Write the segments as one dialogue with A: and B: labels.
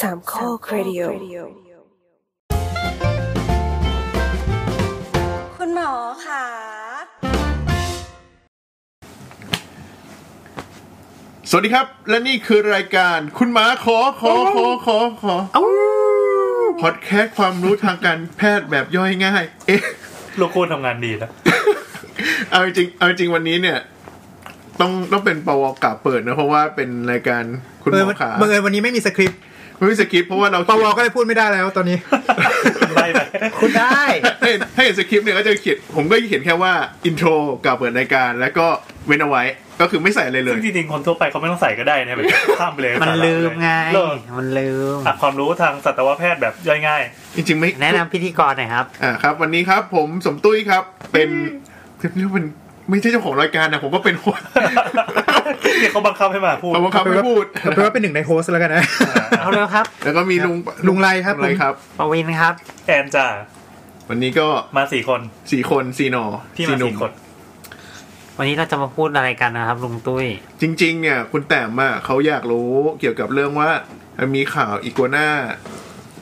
A: สามข้อครดิโอ
B: คุณหมอค่ะ
C: สวัสดีครับ และนี่คือรายการคุณหมาขอขอขอขอขอพอดแคสต์ความรู้ทางการแพทย์แบบย่อยง่าย เอ๊ะ
D: โลโก้ทำงานดีแล้ว
C: เอาจริงเอาจริงวันนี้เนี่ย ต้องต้องเป็นปวกาเปิดนะ เพราะว่าเป็นรายการคุณห
E: เอ
C: ม
E: อ
C: อขา
E: บังเอิญวันนี้ไม่มีสคริปต์
C: ไม่มีสคริปต์เพราะว่าเรา
E: ป
C: เขี
E: วย
C: น
E: ก็เลยพูด ไม่ได้แล้วตอนนี้
D: ได้ไหม
E: คุณได้
C: ถ้าเห็นถ้าเห็นสคริปต์เนี่ยก็จะเขียนผมก็เขียนแค่ว่าอินโทรกับเปิดรายการ แล้วก็เว้นเอาไว้ก็คือไม่ใส่อะไรเลย
D: ซึ่งจริงๆคนทั่วไปเขาไม่ต้องใส่ก็ได้นะแบบข้ามไปเลย
E: มันลืมไง
D: เรื่อง
E: มันลืม
D: อ่ะความรู้ทางสัตวแพทย์แบบย่อยง่าย
C: จริงๆไม่
E: แนะนำพิธีกรหน่อยครับ
C: อ่าครับวันนี้ครับผมสมตุ้ยครับ เป็นเรียกว่าเป็นไม่ใช่เจ้าของรายการนะผมก็เป็นคน
D: ที่เขาบังคับให้มา พูด
C: ผมบังคับไม่พูด
E: แปลว่าเป็นหนึ่งในโฮสต์แล้วกันนะ
F: เอาเร็วครับ
C: แล้วก็มีลุง
E: ลุงไรครับ
C: ลุงไรครับ
F: ปวินครับ
D: แอนจ้า
C: วันนี้ก็
D: มาสี่คน
C: สี่คนสี่หนอ
D: ที่มา
C: หนุ่
D: สี่คน
F: วันนี้เราจะมาพูดอะไรกันนะครับ ลุงตุ้ย
C: จริง ๆ เนี่ย คุณแต้มอ่ะเขาอยากรู้เกี่ยวกับเรื่องว่ามันมีข่าวอีกัวน่า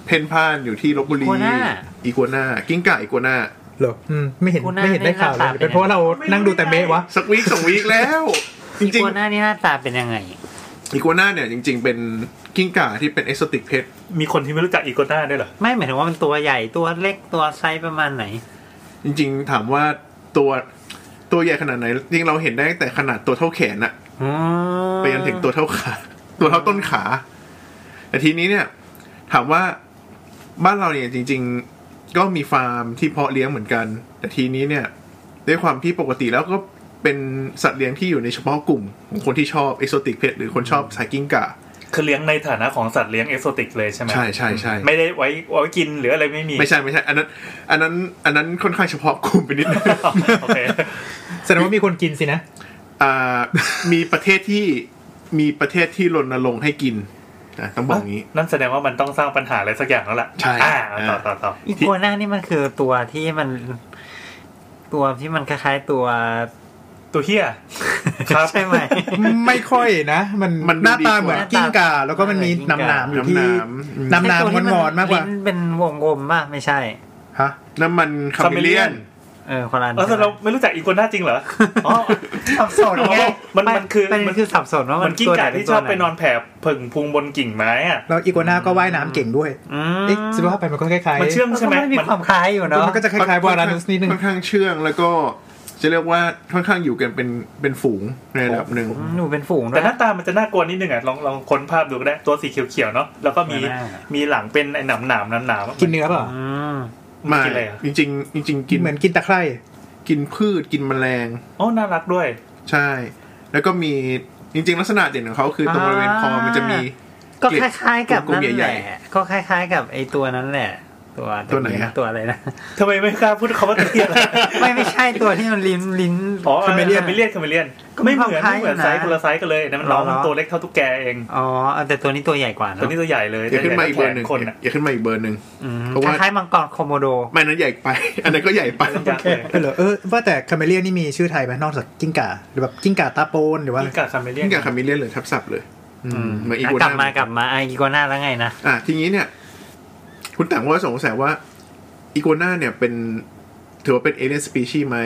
C: เพ่นพ่านอยู่ที่ลบบุรี
F: อีกัวน่า
C: อีกัวน่ากิ้งก่าอีกัวน่า
E: เหรออืมไม่เห็น
F: กูน่า
E: ไม่เห็นได้ข่าวเล
F: ไม่
E: ย
F: น่า
E: เป็นเพราะว่าเรานั่งดูแต่เมฆวะ
C: สักวีคสองวีคแล้ว จ
F: อี
C: ริง
F: โกวน่านี่หน้าตาเป็นยังไง
C: ๆอีกัวน่าเนี่ยจริง ๆ เป็นกิ้งก่าที่เป็นเอสโซติกเพช
D: มีคนที่ไม่รู้จักอีโกน่าด้วยเหรอ
F: ไม่หมายถึงว่ามันตัวใหญ่ตัวเล็กตัวไซส์ประมาณไหน
C: จริงๆ ถามว่าตัวตัวใหญ่ขนาดไหนจริงเราเห็นได้ตั้งแต่ขนาดตัวเท่าแขนอะ
F: อ๋อ
C: ไปจนถึงตัวเท่าขา ตัวเท่าต้นขา แต่ทีนี้เนี่ย ถามว่าบ้านเราเนี่ยจริง ๆ ก็มีฟาร์มที่เพาะเลี้ยงเหมือนกัน แต่ทีนี้เนี่ย ด้วยความที่ปกติแล้วก็เป็นสัตว์เลี้ยงที่อยู่ในเฉพาะกลุ่มของคนที่ชอบเอกโซติกเพชหรือคนชอบสายกิ้งก่า
D: คือเลี้ยงในฐานะของสัตว์เลี้ยงเอ o โซติกเลยใช่ไหม
C: ใช่ใช่ใช่
D: ไม่ได้ไว้ไว้กินหรืออะไรไม่มี
C: ไม่ใช่ไม่ใช่ อันนั้น อันนั้น อันนั้นค่อนข้างเฉพาะกลุ่มไปนิดนึง
D: โอเค
E: แสดงว่ามีคนกินสินะ
C: อ่ามีประเทศที่มีประเทศที่รณรงค์ให้กินนะต้อง บอกงี้
D: นั่นแสดงว่ามันต้องสร้างปัญหาอะไรสักอย่างแล้วล่ะ
C: ใช่
D: อ่าต่อต่อต่อ
F: อีโกวน่านี่มันคือตัวที่มัน ตัวที่มันคล้ายๆตัว
D: ตัวเฮียครับ
F: ใช่ไหม
E: ไม่ค่อยนะ มัน
C: มันดู
E: หน้าตา
C: ดีกว่า
E: เหมือนกิ้งก่า แล้วก็มันมี
F: หน้า
E: น้ำห
F: ตา
E: นามอยู่ที่
C: น้ำน้
E: น้ำหนาม
F: ใช่ตัวที่
E: งอนๆมากกว่า
F: ลิ้นเป็นวงกลมป่ะไม่ใช่
E: ฮะ
C: ำน้ำมันคาเมเลียน
D: Chameleon
F: เออคนละอัน
D: เออแต่เราไม่รู้จักอีโกน่าจริงเหรอ อ๋อ
F: สับสนไง
D: มันมันคือ
F: ประเด็
D: มัน
F: นคือสับสนว่า
D: มั
F: มัน น
D: กิ้ง
F: ตัวห
D: ก่าที่ชอบไปนอน
F: เป็
D: แผ่ผึ่งพุงบนกิ่งไม้อะ
E: แล้วอีกัวน่าก็ว่ายน้ำเก่งด้วย
F: อืม
E: เอ๊ะสภาพไปมันก็คล้ายๆ
D: มันเชื่อม
F: มัน
D: ใช่ไหม
F: ก็มี
D: มัน
F: ความคล้ายอยู่เนาะ
E: มันก็จะคล้ายๆวารานุสนิดนึง
C: ค่อนข้างเชื่องแล้วก็จะเรียกว่าค่อนข้างอยู่กันเป็นเป็นฝูงในระดับหนึ่ง
F: อืมหนูเป็นฝูงด้ว
D: แต่
F: ย
D: ห
F: นะ
D: น้าตามันจะน่ากลัวนิดนึงอ่ะลองลองค้นภาพดูก็ได้ตัวสีเขียวๆเนาะแล้วก็มี
F: เหมือนหน้า
D: มีหลังเป็นไอ้หนามหนามๆหนามๆอะ
E: กินเนื้อเปล่า
F: อืม
C: ไม่
D: กินอะไรอ่ะ
C: จริงๆจริง ๆ กิน
E: เหมือนกินตะไคร่
C: กินพืชกินแมลง
D: โอ้น่ารักด้วย
C: ใช่ แล้วก็มีจริง ๆ ลักษณะเด่นของเขาคือตรงบริเวณคอมันจะมี
F: ก็คล้ายๆกับนั่น
C: กลุ่มให
F: แห
C: ญ่
F: ละก็คล้ายๆกับไอ้ตัวนั้นแหละ ตัว
C: ตัวไหนฮะ
F: ตัวอะไรนะ
D: ทำไมไม่กล้าพูดคำว่าตัวเตี้ ยล่ะ
F: ไม่ไม่ใช่ตัวที่มันลิ้นลิ้น
D: อ๋อคาเมเลียน
F: Chameleon
D: คาเมเลียนคาเมเลียน
F: ก็มี
D: ไม่เหมือน
F: ความคล้าย
D: ไม่เหมือน
F: นะ
D: ไซส์คนละไซส์กันเลยนะมัน
F: หร
D: น้
F: อ
D: องมันตัวเล็กเท่าตุ๊กแกเอง
F: อ๋อเอาแต่ตัวนี้ตัวใหญ่กว่า
D: ตั
F: เนาะ
D: วนี้ตัวใหญ่เลย
C: อย่าขึ้นมาอีกเบอ
D: แต่
C: ร์หนึ่ง
D: คนอ่ะ
C: อย่าขึ้นมาอีกเบอร์หนึ่ง
F: อืม
C: เพราะ
F: ค
C: ว่า
F: ล้ายๆมังกรโคโมโด
C: ไม่นั้นใหญ่ไป อันนั้นก็ใหญ่ไป
D: ยักษ์เลย
E: เหรอเออว่าแต่คาเมเลียนนี่มีชื่อไทยไหมนอกจากกิ้งก่าหรือแบบกิ้งก่าตาโปนหรือว่า
D: กิ้งก่าคาเมเลียน
C: นี่กับคาเมเลียนเลยทับศัพท์เลยเหมือนอี
F: อ่ะ
C: กัว
F: กลับ
C: น่าม
F: มากลับมาอ่ะอีกัวน่าแล้วไงนะ
C: อ่ะทีนี้เนี่ย คุณแต่งว่าสงสัยว่าอีกัวน่าเนี่ยเป็น ถือว่าเป็นเอเ e n ยนสปีชีไหม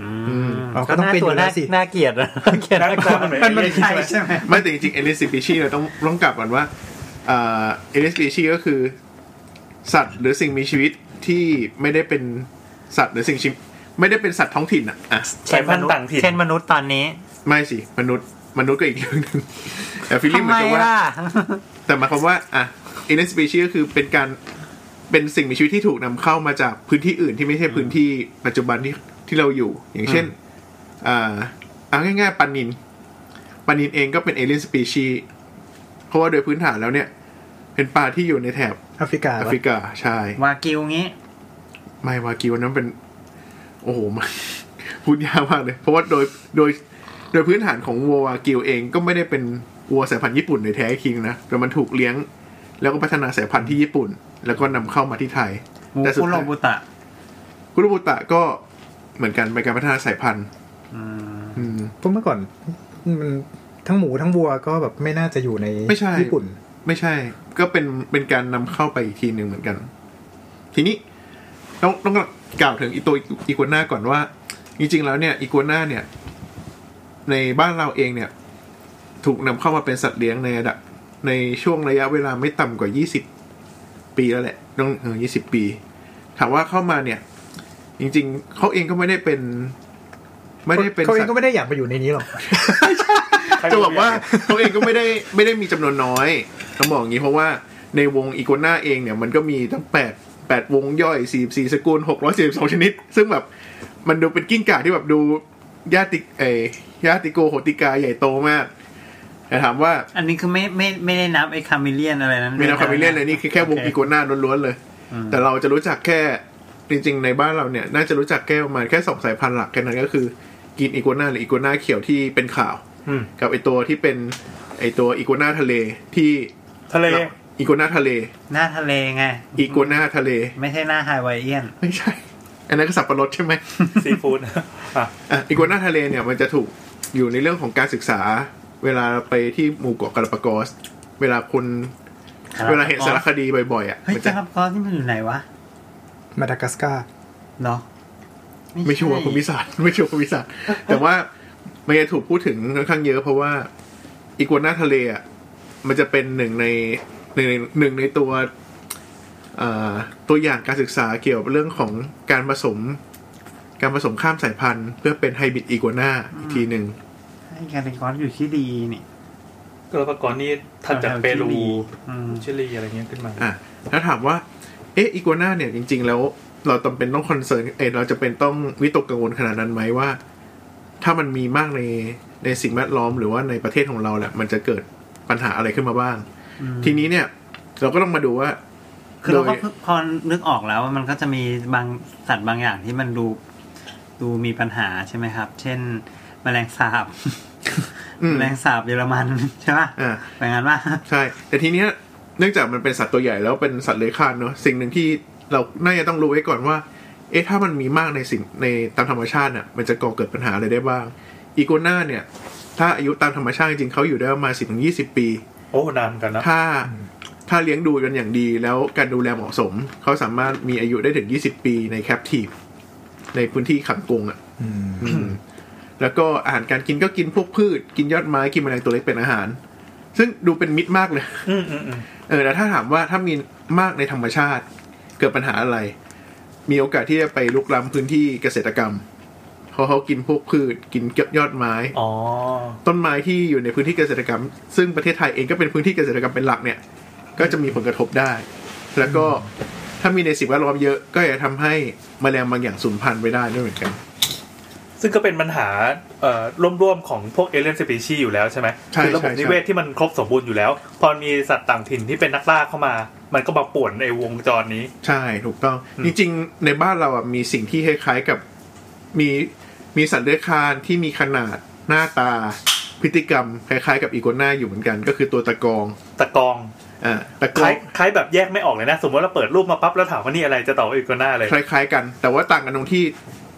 F: อื
C: อืม
F: ม
E: อ๋อก็ต้องเป็นอ
F: ตัว
E: ยู่แล้ว
F: น่า
E: สิ
F: น่าเกลียดนะน่าเกลียด
D: นะ
F: น่าก
D: ค
F: ลั
D: รั
F: ว
D: บมันเหมือนไอ้เหี้ยใช่ไหม
C: ไม่แต่จริงๆเอเ e n ยนสปีชีเราต้องต้องกลับก่อนว่าเอ่อเ e n ยนสปีชีก็คือ สัตว์หรือสิ่งมีชีวิตที่ไม่ได้เป็นสัตว์หรือสิ่งชีวิตไม่ได้เป็นสัตว์ท้องถิ่นอ่ะอ่ะ
D: สายพันธุ์ต่างถิ่น
F: เช่นมนุษย์ตอนนี้
C: ไม่สิ มนุษย์มนุษย์ก็อีกเรื่องหนึงแต่ฟิลลิ่ง
F: ทำ
C: เหมื
F: ไม
C: อนกับว่า
F: ล่ะ
C: แต่หมายความว่าอ่ะเอเ e n ยนสปีชีก็คือเป็นการเป็นสิ่งมีชีวิตที่ถูกนำเข้ามาจากพื้นที่อื่นที่ไม่ใช่พื้นที่ปัจจุบันที่ที่เราอยู่ อย่างเช่น อ่าเอาง่ายๆปลานินปลานินเองก็เป็นเอเลี่ยนสปีชีเพราะว่าโดยพื้นฐานแล้วเนี่ย เป็นปลาที่อยู่ในแถบ
E: แอฟริกา
C: แอ
E: วะ
C: ฟริกาใช่
F: วากิวงี้
C: ไม่วากิวนั้นเป็น โอ้โหมัน พูดยากมากเลย เพราะว่าโดยโดยโดยพื้นฐานของวัววากิวเองก็ไม่ได้เป็นวัวสายพันธุ์ญี่ปุ่นโดยแท้จริงนะแต่มันถูกเลี้ยง แล้วก็พัฒนาสายพันธุ์ที่ญี่ปุ่น แล้วก็นำเข้ามาที่ไทย
F: มู
C: แต่สุด
F: คุโร
C: ท้าย
F: บุตะ
C: คุโรบุตะก็เหมือนกันเป็นการพัฒนาสายพันธุ์อืม
E: เพราะเมื่อก่อนมันทั้งหมูทั้งวัวก็แบบไม่น่าจะอยู่ใน
C: ไม่ใช่
E: ญี่ปุ่น
C: ไม่ใช่ ก็เป็นเป็นการนำเข้าไปอีกทีหนึ่งเหมือนกัน ทีนี้ต้องต้องกล่าวถึงอีตัวอีกัวน่าก่อนว่า จริงๆแล้วเนี่ยอีกัวน่าเนี่ย ในบ้านเราเองเนี่ย ถูกนำเข้ามาเป็นสัตว์เลี้ยงในระดับ ในช่วงระยะเวลาไม่ต่ำกว่า 20 ปีแล้วแหละต้องเออ20 ปี ถามว่าเข้ามาเนี่ย จริง ๆเขาเองก็ไม่ได้เป็น ไม่ได้เป็น
E: เขาเอ
C: สัต
E: ง
C: ว์
E: ก็ไม่ได้อยากไปอยู่ในนี้หรอก
C: จะบอกว่าเขาเองก็ไม่ได้ไม่ได้มีจำนวนน้อยต้องบอกอย่างนี้เพราะว่าในวงอีโกน่าเองเนี่ยมันก็มีตั้งแปดแปดวงย่อยสี่สี่สกุลหกร้อยสี่สองชนิด ซึ่งแบบมันดูเป็นกิ้งก่าที่แบบดูญาติเอยญาติโกโหติกาใหญ่โตมาก แต่ถามว่า
F: อันนี้คือไม่ไม่ไม่ได้นับไอ้คาเมเลียนอะไรนั้น
C: ไม่นำคาเมเลียนเลยนี่คือแค่วง
E: โอเค
C: อีโกน่าล้วนๆเลย แต่เราจะรู้จักแค่จริง ๆ ในบ้านเราเนี่ย น่าจะรู้จักแค่ประมาณแค่สองสายพันธุ์หลักแค่นั้นก็คือกินอีโกน่าหรืออีโกน่าเขียวที่เป็นข่าว
D: อืม
C: กับไอตัวที่เป็นไอตัวอีกัวน่าทะเลที่
D: ทะเล
C: อีกัวน่าทะเล
F: หน้าทะเลไง
C: อีกัวน่าทะเล
F: ไม่ใช่หน้าไฮไวเอียน
C: ไม่ใช่ อันนั้นก็สับปะรดใช่ไหม
D: ซีฟู้ด อ่ะ
C: อ่ะอีกัวน่าทะเลเนี่ยมันจะถูกอยู่ในเรื่องของการศึกษา เวลาไปที่หมู่เกาะกาลาปากอส เวลาคน
F: กาลาปากอส
C: เวลาเห็นสารคดีบ่อยๆอ่ะ
F: เฮ้ย
C: มัน
F: จะ
C: จะ
F: รับคอสที่มันอยู่ไหนวะ
E: มาดากัสการ์
F: เนาะ
C: ไม่ชัวร์ภูมิศาสตร์ ไม่ชัวร์ภูมิศาสตร์ แต่ว่ามันจะถูกพูดถึงค่อนข้างเยอะเพราะว่าอีกัวน่าทะเลอ่ะมันจะเป็นหนึ่งในหนึ่งในหนึ่งในตัว เอ่อตัวอย่างการศึกษาเกี่ยวกับเรื่องของการผสม การผสมข้ามสายพันธุ์ เพื่อเป็นไฮบริดอีกัวน่าอีกทีหนึ่ง
F: ไอ้กาลิคอสอยู่ที่ดีนี่
D: ก็แล้วก่อนนี่ทันจากเปรู
F: อืม
D: ชิลีอะไรเงี้ยขึ้นมา
C: อ่ะแล้วถามว่า เอ๊ะอีกัวน่าเนี่ยจริง ๆ แล้วเราจำเป็นต้องคอนเซิร์นเอยเราจะเป็นต้องวิตกกังวลขนาดนั้นไหมว่า ถ้ามันมีมากในในสิ่งแวดล้อมหรือว่าในประเทศของเราแหละมันจะเกิดปัญหาอะไรขึ้นมาบ้าง ทีนี้เนี่ย เราก็ต้องมาดูว่า
F: คือเรา
C: โด
F: ก็
C: ย
F: พอนึกออกแล้วว่ามันก็จะมีบางสัตว์บางอย่างที่มันดูดูมีปัญหาใช่ไหมครับ เช่น แมลงสาบ
C: อืม
F: แมลงสาบเยอรมันใช่ป่ะ
C: อ่า
F: แบบนั้นป่ะ
C: ใช่ แต่ทีเนี้ยเนื่องจากมันเป็นสัตว์ตัวใหญ่แล้วเป็นสัตว์เลื้อยคลานเนอะสิ่งหนึ่งที่เราน่าจะต้องรู้ไว้ก่อนว่า เอ๊ะถ้ามันมีมากในสิ่งในตามธรรมชาติน่ะมันจะก่อเกิดปัญหาอะไรได้บ้างอีโกน่าเนี่ย ถ้าอายุตามธรรมชาติจริงๆเขาอยู่ได้ประมาณสิบถึงยี่สิบปี
D: โอ้นานกันนะ
C: ถ้าถ้าเลี้ยงดูกันอย่างดีแล้วการดูแลเหมาะสม เขาสามารถมีอายุได้ถึงยี่สิบปีในแคปทีฟในพื้นที่ขังกรงอ่ะ
E: อืม
C: อืมแล้วก็อาหารการกินก็กินพวกพืช กินยอดไม้กินแมลงตัวเล็กเป็นอาหาร ซึ่งดูเป็นมิตรมากเลย
D: อืมอืมอืม
C: เออแต่ถ้าถามว่าถ้ามีมากในธรรมชาติ เกิดปัญหาอะไร มีโอกาสที่จะไปลุกล้ำพื้นที่เกษตรกรรมเพราะเขากินพวกพืชกินยอดไม้
D: อ๋อ
C: ต้นไม้ที่อยู่ในพื้นที่เกษตรกรรม ซึ่งประเทศไทยเองก็เป็นพื้นที่เกษตรกรรมเป็นหลักเนี่ย ก็จะมีผลกระทบได้ แล้วก็ถ้ามีในสิ่งแวดล้อมเยอะก็จะทำให้แมลงบางอย่างสูญพันธุ์ไปได้ด้วยเหมือนกัน
D: ซึ่งก็เป็นปัญหาเอ่อร่วมๆของพวกเอเลียนสปีชีอยู่แล้วใช่ไหม
C: ใช่
D: คือระบบ
C: ใช่
D: นิเวศที่มันครบสมบูรณ์อยู่แล้ว พอมีสัตว์ต่างถิ่นที่เป็นนักล่าเข้ามา มันก็มาป่วนไอ้วงจรนี้
C: ใช่ถูกต้อง
D: อืม
C: จริงๆ ในบ้านเราอ่ะมีสิ่งที่คล้ายๆกับมีมีสัตว์เลื้อยคลานที่มีขนาดหน้าตาพฤติกรรม คล้ายๆ กับอีกัวน่าอยู่เหมือนกัน ก็คือตัวตะกอง
D: ตะกอง
C: อ่าตะก
D: ค
C: อ
D: ล้าง ยคล้ายแบบแยกไม่ออกเลยนะ สมมติเราเปิดรูปมาปั๊บแล้วถามว่านี่อะไรจะตอบว่าอีกวน่าเลย
C: คล้าย ๆ กัน แต่ว่าต่างกันตรงที่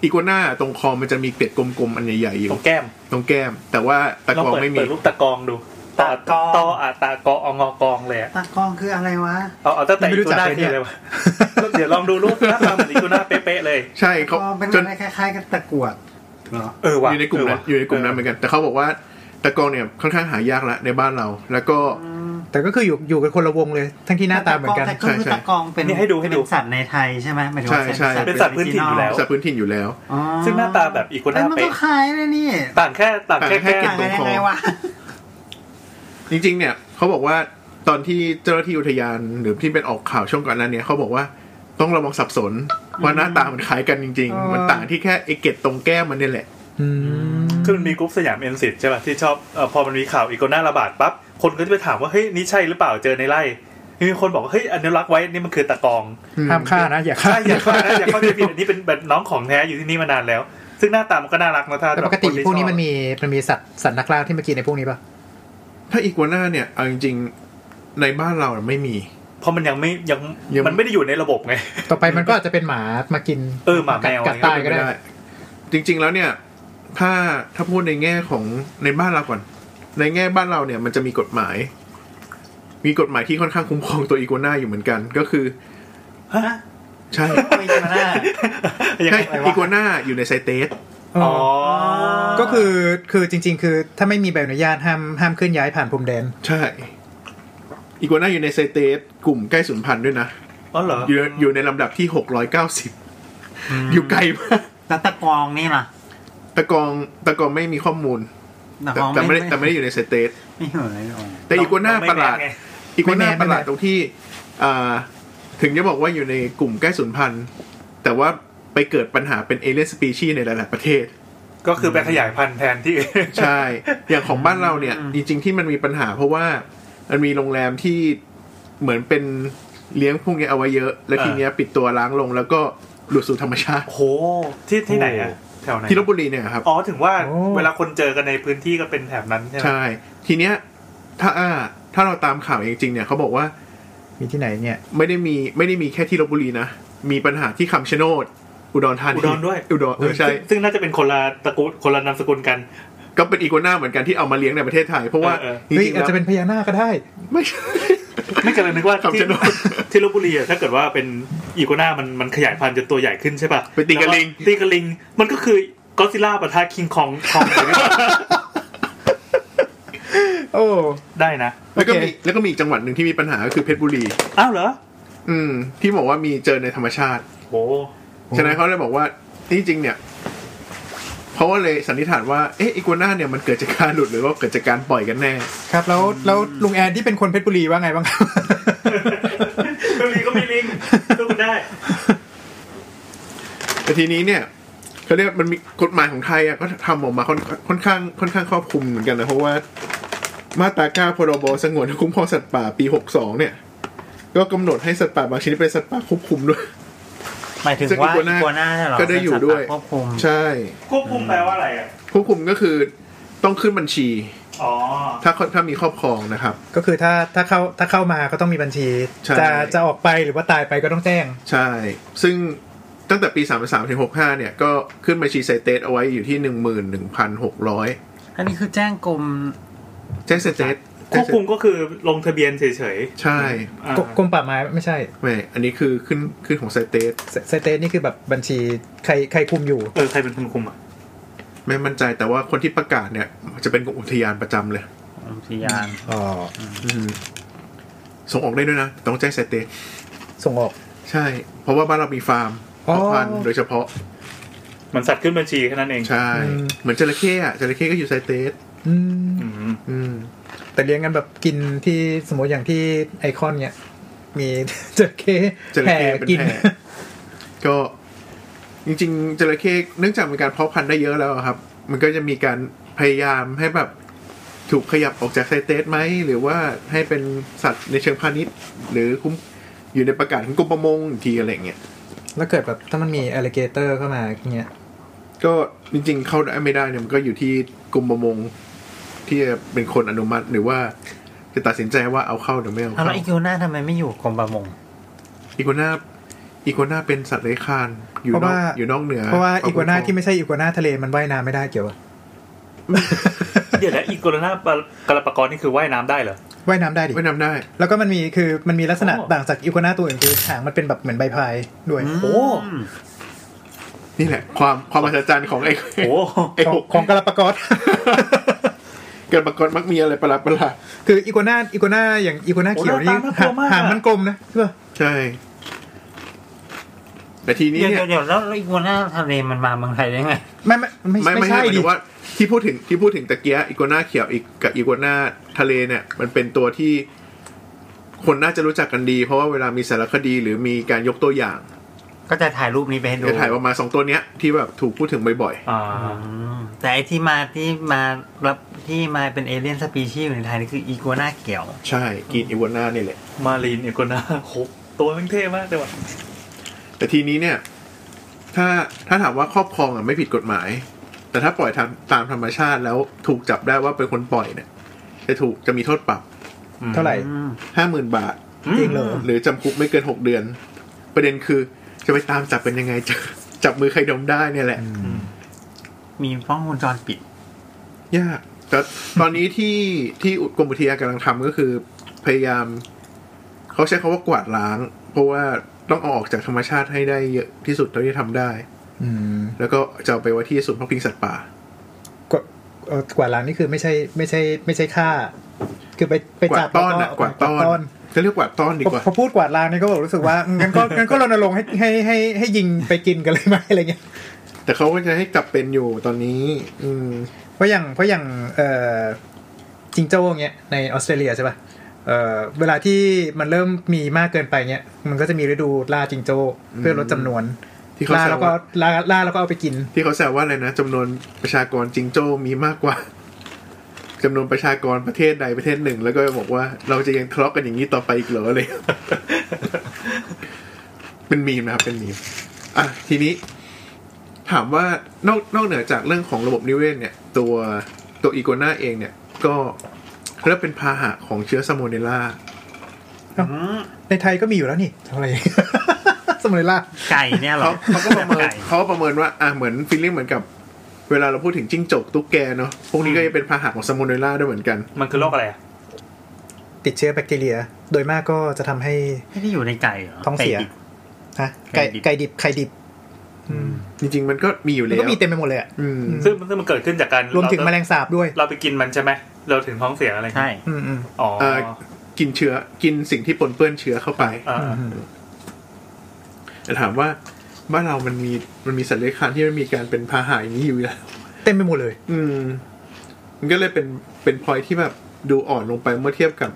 C: อีกัวน่าตรงคอมันจะมีเกล็ดกลมๆอันใหญ่ๆอ
D: ต
C: ยู่
D: รงแก้ม
C: ตรงแก้ม แต่ว่าตะ
D: ลอง
C: กอง
D: เปิด
C: ไม่มี
D: เปิดรูปตะกองดูตะ
F: ตะกอง
D: ตออะตะกอองอกองเลยอะ
F: ตากล้องคืออะไรวะ
D: เอาเอาตั้งแต่อีกวน่าที่เลยวะเดี๋ยวลองดูรูปหน้าตาเหมือนอีกวน่าเป๊ะๆเลย
C: ใช่เขา
F: อ๋อเป็น
C: จ
F: อะ
C: น
F: ไรคล้ายๆกับตะกรวดเหรอ
D: เออว่ะ
C: อยู่ในกลุ่มนั้นอยู่ในกลุ่มนั้นเหมือนกัน แต่เขาบอกว่าตะกองเนี่ยค่อนข้างหายากละในบ้านเรา แล้วก็
E: แต่ก็คืออยู่อยู่กันคนละวงเลย ทั้งที่หน้าตาเหมือนกัน
F: แต่ก็คือ
C: ใช่ใช่
F: ตะกองเป็น
D: นี่ให้ดูให้ดู
F: เป็นสัตว์ในไทยใช่ไหมหมายถึงว่า
C: ใช่ใช่
D: เป็นสัตว์พื้นถิ่นอยู่แล้ว
C: สัตว์พื้นถิ่นอยู่แล้ว
F: อ๋อ
D: ซึ่งหน้าตาแบบอีกว
F: เอ้
D: น่าย
F: มันก็
D: เป๊ะ
F: คล้ายเลยนี่
D: ต่างแค่ต่างแค่แค่
C: ต่
F: ต่างกันยังไงวะ
C: จริงๆ เนี่ยเขาบอกว่าตอนที่เจ้าหน้าที่อุทยานหรือที่เป็นออกข่าวช่วงก่อนหนั้นเนี่ยเขาบอกว่าต้องระวังสับสนว่าหน้าตามันคล้ายกันจริง
E: เออ
C: ๆ มันต่างที่แค่ไอเกตตรงแก้มมันเนี่ยแหละ
E: อืม
D: คือมันมีกรุ๊ปสยามเอ็นสิใช่ป่ะที่ชอบเออพอมันมีข่าวอีโกน่าระบาดปั๊บคนก็จะไปถามว่าเฮ้ยนี่ใช่หรือเปล่าเจอในไร่มีคนบอกว่าเฮ้ยอนุรักษ์ไว้นี่มันคือตะกอง
E: ห้ามฆ่านะอย่าฆ่า
D: ใช่อย่าเข้านะอย่าเข้าใจผิดอันนี้เป็นแบบน้องของแท้อยู่ที่นี่มานานแล้ว ซึ่งหน้าตามันก็น่ารักนะถ้า
E: แต่ปกติ
D: คที่
E: พวกนี้
D: ชอบ
E: มันมีมันมีสัตว์สัตว์นักล่าที่เมื่อกี้ในพวกนี้ป่ะ
C: ถ้าอีกัวน่าเนี่ยเอาจริงๆ ในบ้านเราน่ะไม่มี
D: เพราะมันยังไม่ยัง
C: ยัง
D: มันไม่ได้อยู่ในระบบไง
E: ต่อไปมันก็อาจจะเป็นหมามากิน
D: เออหมาแมว
E: กัดตายก็ได้
C: จริง ๆ แล้วเนี่ย ถ้าถ้าพูดในแง่ของในบ้านเราก่อน ในแง่บ้านเราเนี่ยมันจะมีกฎหมาย มีกฎหมายที่ค่อนข้างคุ้มครองตัวอีโกวน่าอยู่เหมือนกัน ก็คือ
D: ฮะ
C: ใช่
F: ไม่ใช่มาหน้า
D: ยัง
C: ใช่
D: ไง
C: อีกัวน่าอยู่ในไซเตส
D: อ๋อ
E: ก็คือคือจริง ๆ คือถ้าไม่มีใบอนุญาตห้ามห้ามเคลื่อนย้ายผ่านพรมแดน
C: ใช่ อีกัวน่าอยู่ในไซเตสกลุ่มใกล้สูญพันธุ์ด้วยนะ
D: อ๋อเหรอ
C: อยู่อยู่ในลำดับที่ 690 อยู่ไกลมาก
F: แล้วตะกรองนี่ล่ะ
C: ตะกองตะกองไม่มีข้อมูล
F: ตะ
C: แต่
F: กรอง
C: แต่ไม่ได้
F: ไม่
C: แต่ไม่ได้อยู่ในไซเตส
F: ไม่เหยอ๋อ
C: แต่อีกัวน่าประหลาด
D: เไม่แมนไง
C: อีกัวน่า
E: ไม่แมน
C: ประหลาด
E: ไม่แมน
C: ตรงที่อ่าถึงจะบอกว่าอยู่ในกลุ่มใกล้สูญพันธุ์ แต่ว่าไปเกิดปัญหาเป็นเอเ e ียนสปีชีในหลาย ๆ ประเทศ
D: ก็คือไปขยายพันธุ์แทนที่
C: ใช่ อย่างของบ้านเราเนี่ย จริง ๆ ที่มันมีปัญหาเพราะว่ามันมีโรงแรมที่เหมือนเป็นเลี้ยงพวกเนี้ยเอาไว้เยอะ แล้ว
D: อ่า
C: ทีเนี้ยปิดตัวล้างลงแล้วก็หลุดสู่ธรรมชาติ
D: โอ้โหที่ที่ไหนอะแถวไหน
C: ที่ลบบุรีเนี่ยครับ
D: อ๋อถึงว่า
E: โอ้
D: เวลาคนเจอกันในพื้นที่ก็เป็นแถบนั้นใช่ไหม
C: ใช่ ทีเนี้ยถ้าอ่าถ้าเราตามข่าวจริง ๆ เนี่ยเขาบอกว่า
E: มีที่ไหนเนี่ย
C: ไม่ได้มีไม่ได้มีแค่ที่ลบบุรีนะ มีปัญหาที่คำชะโนด อุดรธานี
D: อุดรด้วย
C: อุดรเออใช่
D: ซึ่งซึ่งน่าจะเป็นคนละตระกูลคนละนามสกุลกัน
C: ก็เป็นอีกัวน่าเหมือนกันที่เอามาเลี้ยงในประเทศไทย เพราะว่า
D: เออ
C: จ
E: เฮ้ย
C: ริงๆ
E: อาจ
C: แล้ว
E: จะเป็นพญานาคก็ได้
C: ไม่ใช่
D: ไม่กำลังนึกว่า
C: คำ
D: ที่
C: ชะโนด
D: ที่ลบบุรีอะถ้าเกิดว่าเป็นอีกัวน่ามันมันขยายพันธุ์จนตัวใหญ่ขึ้นใช่ป่ะ
C: ไปตีกับลิง
D: แวตีกับลิง มันก็คือก็ซิล่าปะทะคิงคองคอง
E: โอ้
D: ได้นะ
C: แล้วก็มี
E: โอเค
C: แล้วก็มีอีกจังหวัดหนึ่งที่มีปัญหาก็คือเพชรบุรี
D: อ้าวเหรอ
C: อืม ที่บอกว่ามีเจอในธรรมชาติ
D: โอ้
C: ฉะนั้นเขาเลยบอกว่าที่จริงเนี่ย เพราะว่าเลยสันนิษฐานว่า เอ๊ะอีกัวน่าเนี่ยมันเกิดจากการหลุดหรือว่าเกิดจากการปล่อยกันแน่
E: ครับแล้วแล้วลุงแอนที่เป็นคนเพชรบุรีว่าไงบ้างครับ
D: ลบบุรีก็มีลิงสู้กันได้
C: แต่ทีนี้เนี่ยเขาเรียกมันมีกฎหมายของไทยอ่ะก็ทำออกมาค่อนค่อนข้างค่อนข้างครอบคลุมเหมือนกันนะเพราะว่ามาตราเก้าพรบสงวนและคุ้มครองสัตว์ป่าปีหกสองเนี่ย ก็กำหนดให้สัตว์ป่าบางชนิดเป็นสัตว์ป่าควบคุมด้วย
F: หมายถึง
C: ซึ่ง
F: ว่า
C: อี
F: อี
C: กั
F: กั
C: ว
F: ว
C: น่า
F: น่าเหรอ
C: ก็ได้อยู่ด้วย
F: เป็นสัตว์ป่าควบคุม
C: ใช่
D: ควบคุมแปลว่าอะไรอ่ะ
C: ควบคุมก็คือต้องขึ้นบัญชี
D: อ๋อ
C: ถ้าถ้ามีครอบครองนะครับ
E: ก็คือถ้าถ้าเข้าถ้าเข้ามาก็ต้องมีบัญชี
C: ใช่
E: จะจะออกไปหรือว่าตายไปก็ต้องแจ้ง
C: ใช่ ซึ่งตั้งแต่ปี 33ถึง65 เนี่ย ก็ขึ้นบัญชีไซเตสเอาไว้อยู่ที่ 11,600
F: อันนี้คือแจ้งกรม
C: แจ้งไซเตส
D: ควบคุมก็คือลงทะเบียนเฉย
C: ใช่
D: ๆอ่าก
E: รมกรมป่าไม้ไม่ใช่
C: แหม่อันนี้คือขึ้นขึ้นของไซเตส
E: เซเซเตสนี่คือแบบบัญชีใครใครคุมอยู่
D: เออใครเป็นคนคุมอ่ะ
C: ไม่มั่นใจแต่ว่าคนที่ประกาศเนี่ย จะเป็นกรมอุทยานประจำเลย
F: อุทยาน
E: อ๋อ
C: ส่งออกได้ด้วยนะ ต้องแจ้งไซเตส
E: ส่งออก
C: ใช่ เพราะว่าบ้านเรามีฟาร์ม
E: อ๋อ
C: เพาะพันธุ์โดยเฉพาะ
D: เหมันสัตว์ขึ้นบัญชีแค่นั้นเอง
C: ใช่
E: อืม
C: เหมือนจระเข้อะจระเข้ก็อยู่ไซเตส
E: อืม
D: อืม
C: อืม
E: แต่เลี้ยงกันแบบกินที่สมมติอย่างที่ไอคอนเนี่ย มี จระเข้
C: จระ
E: แผ่
C: เข้เป็น
E: กิน
C: แพรก็ จริง ๆจระเข้เนื่องจากมีการเพาะพันธุ์ได้เยอะแล้วอะครับ มันก็จะมีการพยายามให้แบบถูกขยับออกจากไซเตสไหมหรือว่าให้เป็นสัตว์ในเชิงพาณิชย์ หรือคุ้มอยู่ในประกาศของกรมประมงอีกทีอะไรอย่างเงี้ย
E: แล้วเกิดแบบถ้ามันมี a l l i g a t o r เข้ามาอย่างเงี้ย
C: ก็จริงๆ เข้าได้ไม่ได้เนี่ยมันก็อยู่ที่กรมประมง ที่จะเป็นคนอนุมัติหรือว่าจะตัดสินใจว่าเอาเข้าหรือไม่เอา
F: เอาแล้
C: เข้าว
F: อีกัวน่าทำไมไม่อยู่กรมประมง
C: อีกัวน่าอีกัวน่าเป็นสัตว์เลื้อยคลานอยู่
E: เพราะ
C: นอก
E: ว่า
C: อยู่นอกเหนือ
E: เพราะว่า
C: ควม
E: อีกัวน่า
C: คุ้มครอง
E: ที่ไม่ใช่อีกัวน่าทะเลมันว่ายน้ำไม่ได้เกี่ยวอะ
D: เดี๋ยวแล้วอีกัวน่าปะกระปะกรนี่คือว่ายน้ำได้เหรอ
E: ว่ายน้ำได้ดิ
C: ไม่นำได้
E: แล้วก็มันมีคือมันมีลักษณะ
D: โอ้
E: ต่างจากอีกัวน่าตัวอื่นคือหางมันเป็นแบบเหมือนใบพายด้วย
F: อืม
D: โอ้
C: นี่แหละ ความความมหัศจรรย์ของ ไอ้
D: โอ้
C: ไอ้
E: ของ
C: หก
E: ของกาลาปากอส
C: เกิดปรากฏมักมีอะไรประหลาดประหลาด
E: คืออีกัวน่าอีกัวน่าอย่างอีกัวน่าเขียว
D: โอ้ห
E: นี่
D: น้าตาน่ากลัวมากอะ
E: หางมันกลมนะใช่ป่ะ
C: ใช่ แต่ทีนี้
F: เดี๋ยว
C: เนี่ย
F: เดี๋ยวเดี๋ยวแล้วแล้วอีกัวน่าทะเลมันมาเมืองไทยได้ไง
E: ไม่ไม่ไม่
C: ไม่ไม่
E: ไม่
C: ใช่
E: ใช่
C: หมาย
E: ดิ
C: ถึงว่า ที่พูดถึงที่พูดถึงตะเกียอีกัวน่าเขียวอีกกับอีกัวน่าทะเลเนี่ย มันเป็นตัวที่ คนน่าจะรู้จักกันดี เพราะว่าเวลามีสารคดีหรือมีการยกตัวอย่าง
F: ก็จะถ่ายรูปนี้ไปให้ดู
C: จะถ่ายประมาณสองตัวเนี้ยที่แบบถูกพูดถึงบ่อย
D: อ่า
F: อืมแต่ไอที่มาที่มารับที่มาเป็นเอเลี่ยนสปีชีส์อยู่ในไทยนี่คืออีกัวน่าเขียว
C: ๆ ใช่กินอีวาน่านี่แหละ
D: มารีนอีกัวน่า โหตัวแมันเท่มากเลยว่ะ
C: แต่ทีนี้เนี่ย ถ้าถ้าถามว่าครอบครองอ่ะไม่ผิดกฎหมาย แต่ถ้าปล่อยตามตามธรรมชาติแล้วถูกจับได้ว่าเป็นคนปล่อยเนี่ย จะถูกจะมีโทษปรับ
E: เท่าไหร่
F: อืม
C: ห้าหมื่นบาท
E: จริงเหรอ
C: หรือจำคุกไม่เกินหกเดือน ประเด็นคือจะไปตามจับเป็นยังไงจะจับมือใครดมได้เนี่ยแหละ
F: มีกล้องวงจรปิด
C: ยาก แต่ตอนนี้ที่ที่กรมอุทยานกำลังทำก็คือ พยายาม เขาใช้คาว่ากวาดล้าง เพราะว่าต้องเอาออกจากธรรมชาติให้ได้เยอะที่สุดเท่าที่ทำได้
E: อืม
C: แล้วก็จะเอาไปไว้ที่ศูนย์พักพิงสัตว์ป่า
E: กวาดเอ่อกวาดล้างนี่คือไม่ใช่ไม่ใช่ไม่ใช่ฆ่า คือไปไป
C: กวา
E: จั
C: ด
E: บ
C: ต้อนอะ
E: แล้
C: กวาดต้อนจะเรียกกวาดต้อนดี
E: พอก
C: ว่า
E: พอพูดกวาดล้างนี่ก็บอกรู้สึกว่า งั้นก็งั้นก็รณรงค์ให้ให้ให้ให้ยิงไปกินกันเลยไหมอะไรเงี้ย
C: แต่เขาก็จะให้กลับเป็นอยู่ตอนนี้ อืม
E: เพราะอย่างเพราะอย่างเอ่อจิงโจ้เงี้ยในออสเตรเลียใช่ป่ะเอ่อเวลาที่มันเริ่มมีมากเกินไปเงี้ยมันก็จะมีฤดูล่าจิงโจ้เพื่อลดจำนวน
C: ที่เขา
E: ล่า
C: แซ
E: แล้ว วก็
C: ว่า
E: ล่าล่าแล้วก็เอาไปกิน
C: ที่เขาแซวว่าอะไรนะจำนวนประชากรจิงโจ้มีมากกว่า จำนวนประชากรประเทศใดประเทศหนึ่ง แล้วก็บอกว่าเราจะยังทะเลาะกันอย่างนี้ต่อไปอีกเหรอเลย เป็นมีมนะครับ เป็นมีมอ่ะทีนี้ ถามว่านอกนอกเหนือจากเรื่องของระบบนิเวศเนี่ย ตัวตัวอีโกนาเองเนี่ย ก็เรียกเป็นพาหะของเชื้อซาโมเนลล่า
F: อืม
E: ในไทยก็มีอยู่แล้วนี่ทำอะไร สมุนไพรล่า
F: ไก่เนี่ยเหร
C: เขา
F: อ
C: เขาก็ประเมิน
F: ไก่
C: เขาประเมินว่าอ่ะเหมือนฟีลลิ่งเหมือนกับ เวลาเราพูดถึงจิ้งจกตุ๊กแกเนาะพวกนี้ก็จะเป็นพาหะของซามูเนลล่าด้วยเหมือนกัน
D: มันคือโรคอะไรอะ
E: ติดเชื้อแบคทีเรีย โดยมากก็จะทำให้
F: ไม่ได้อยู่ในไก่เหรอ
E: ท้องเสีย
F: ไก่ดิบ
E: ฮะไก่
F: ไก่ดิบ
E: ไก่ดิบไข่ดิบ
C: จริง ๆ มันก็มีอยู่
E: มัน
C: แล้
E: ก็
C: ว
E: มีเต็มไปหมดเลยอะ
C: อืม
D: ซึ่งซึ่งมันเกิดขึ้นจากการ
E: รวมถึงแมลงสาบด้วย
D: เราไปกินมันใช่ไหมเราถึงท้องเสียอะไร
F: ใช่
E: อืมอืม
D: อ๋อ
C: เอ่อกินเชื้อกินสิ่งที่ปนเปื้อนเชื้อเข้าไป
D: อ่า
E: อืม
C: แต่ถามว่าบ้านเรามันมีมันมีสัตว์เลื้อยคลานที่มันมีการเป็นพาหะอย่างนี้อยู่แล้ว
E: เต็มไปหมดเลย
C: อืม มันก็เลยเป็นเป็นพลอยที่แบบดูอ่อนลงไปเมื่อเทียบกับ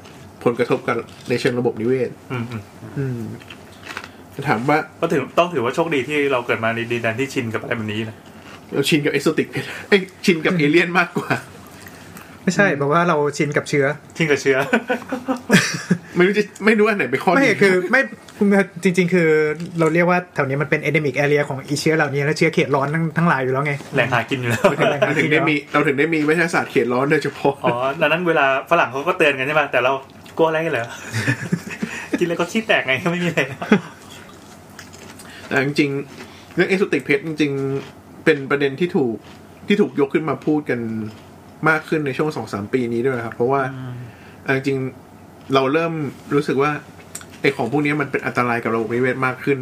C: ผลกระทบกับในเชิงระบบนิเวศ
D: อืมอืม
C: อืมแต่ถามว่า
D: ก็ถือต้องถือว่าโชคดีที่เราเกิดมาในดินแดนที่ชินกับอะไรแบบนี้นะ
C: เราชินกับเอสโซติกเพเอ้ยชินกับเอเลี่ยนมากกว่า
E: ไม่ใช่บอกว่าเราชินกับเชื้อ
D: ชินกับเชื้อ
C: ไม่รู้จะไม่รู้อันไหนเป็นข้อดี
E: ไม่คือไม่ จริง ๆ คือเราเรียกว่าแถวนี้มันเป็น endemic area ของอีเชื้อเหล่านี้และเชื้อเขตร้อนทั้งทั้งหลายอยู่แล้วไง
D: แหล่งหากินอยู่แล้ว
C: เราถึงได้มีเราถึงได้มีวิทยาศาสตร์เขตร้อนโดยเฉพาะ
D: อ๋อดังนั้นเวลาฝรั่งเขาก็เตือนกันใช่ไหมแต่เรากลัวอะไรกันเหรอ กินแล้วก็ขี้แตกไงก็ไม่มีอะไรนะ
C: แต่จริงๆเรื่องเอสติกเพจจริง ๆ เป็นประเด็นที่ถูกที่ถูกยกขึ้นมาพูดกันมากขึ้นในช่วงสองสามปีนี้ด้วยนะครับ เพราะว่าเอาจริงๆเราเริ่มรู้สึกว่าไอของพวกนี้มันเป็นอันตรายกับระบบนิเวศมากขึ้น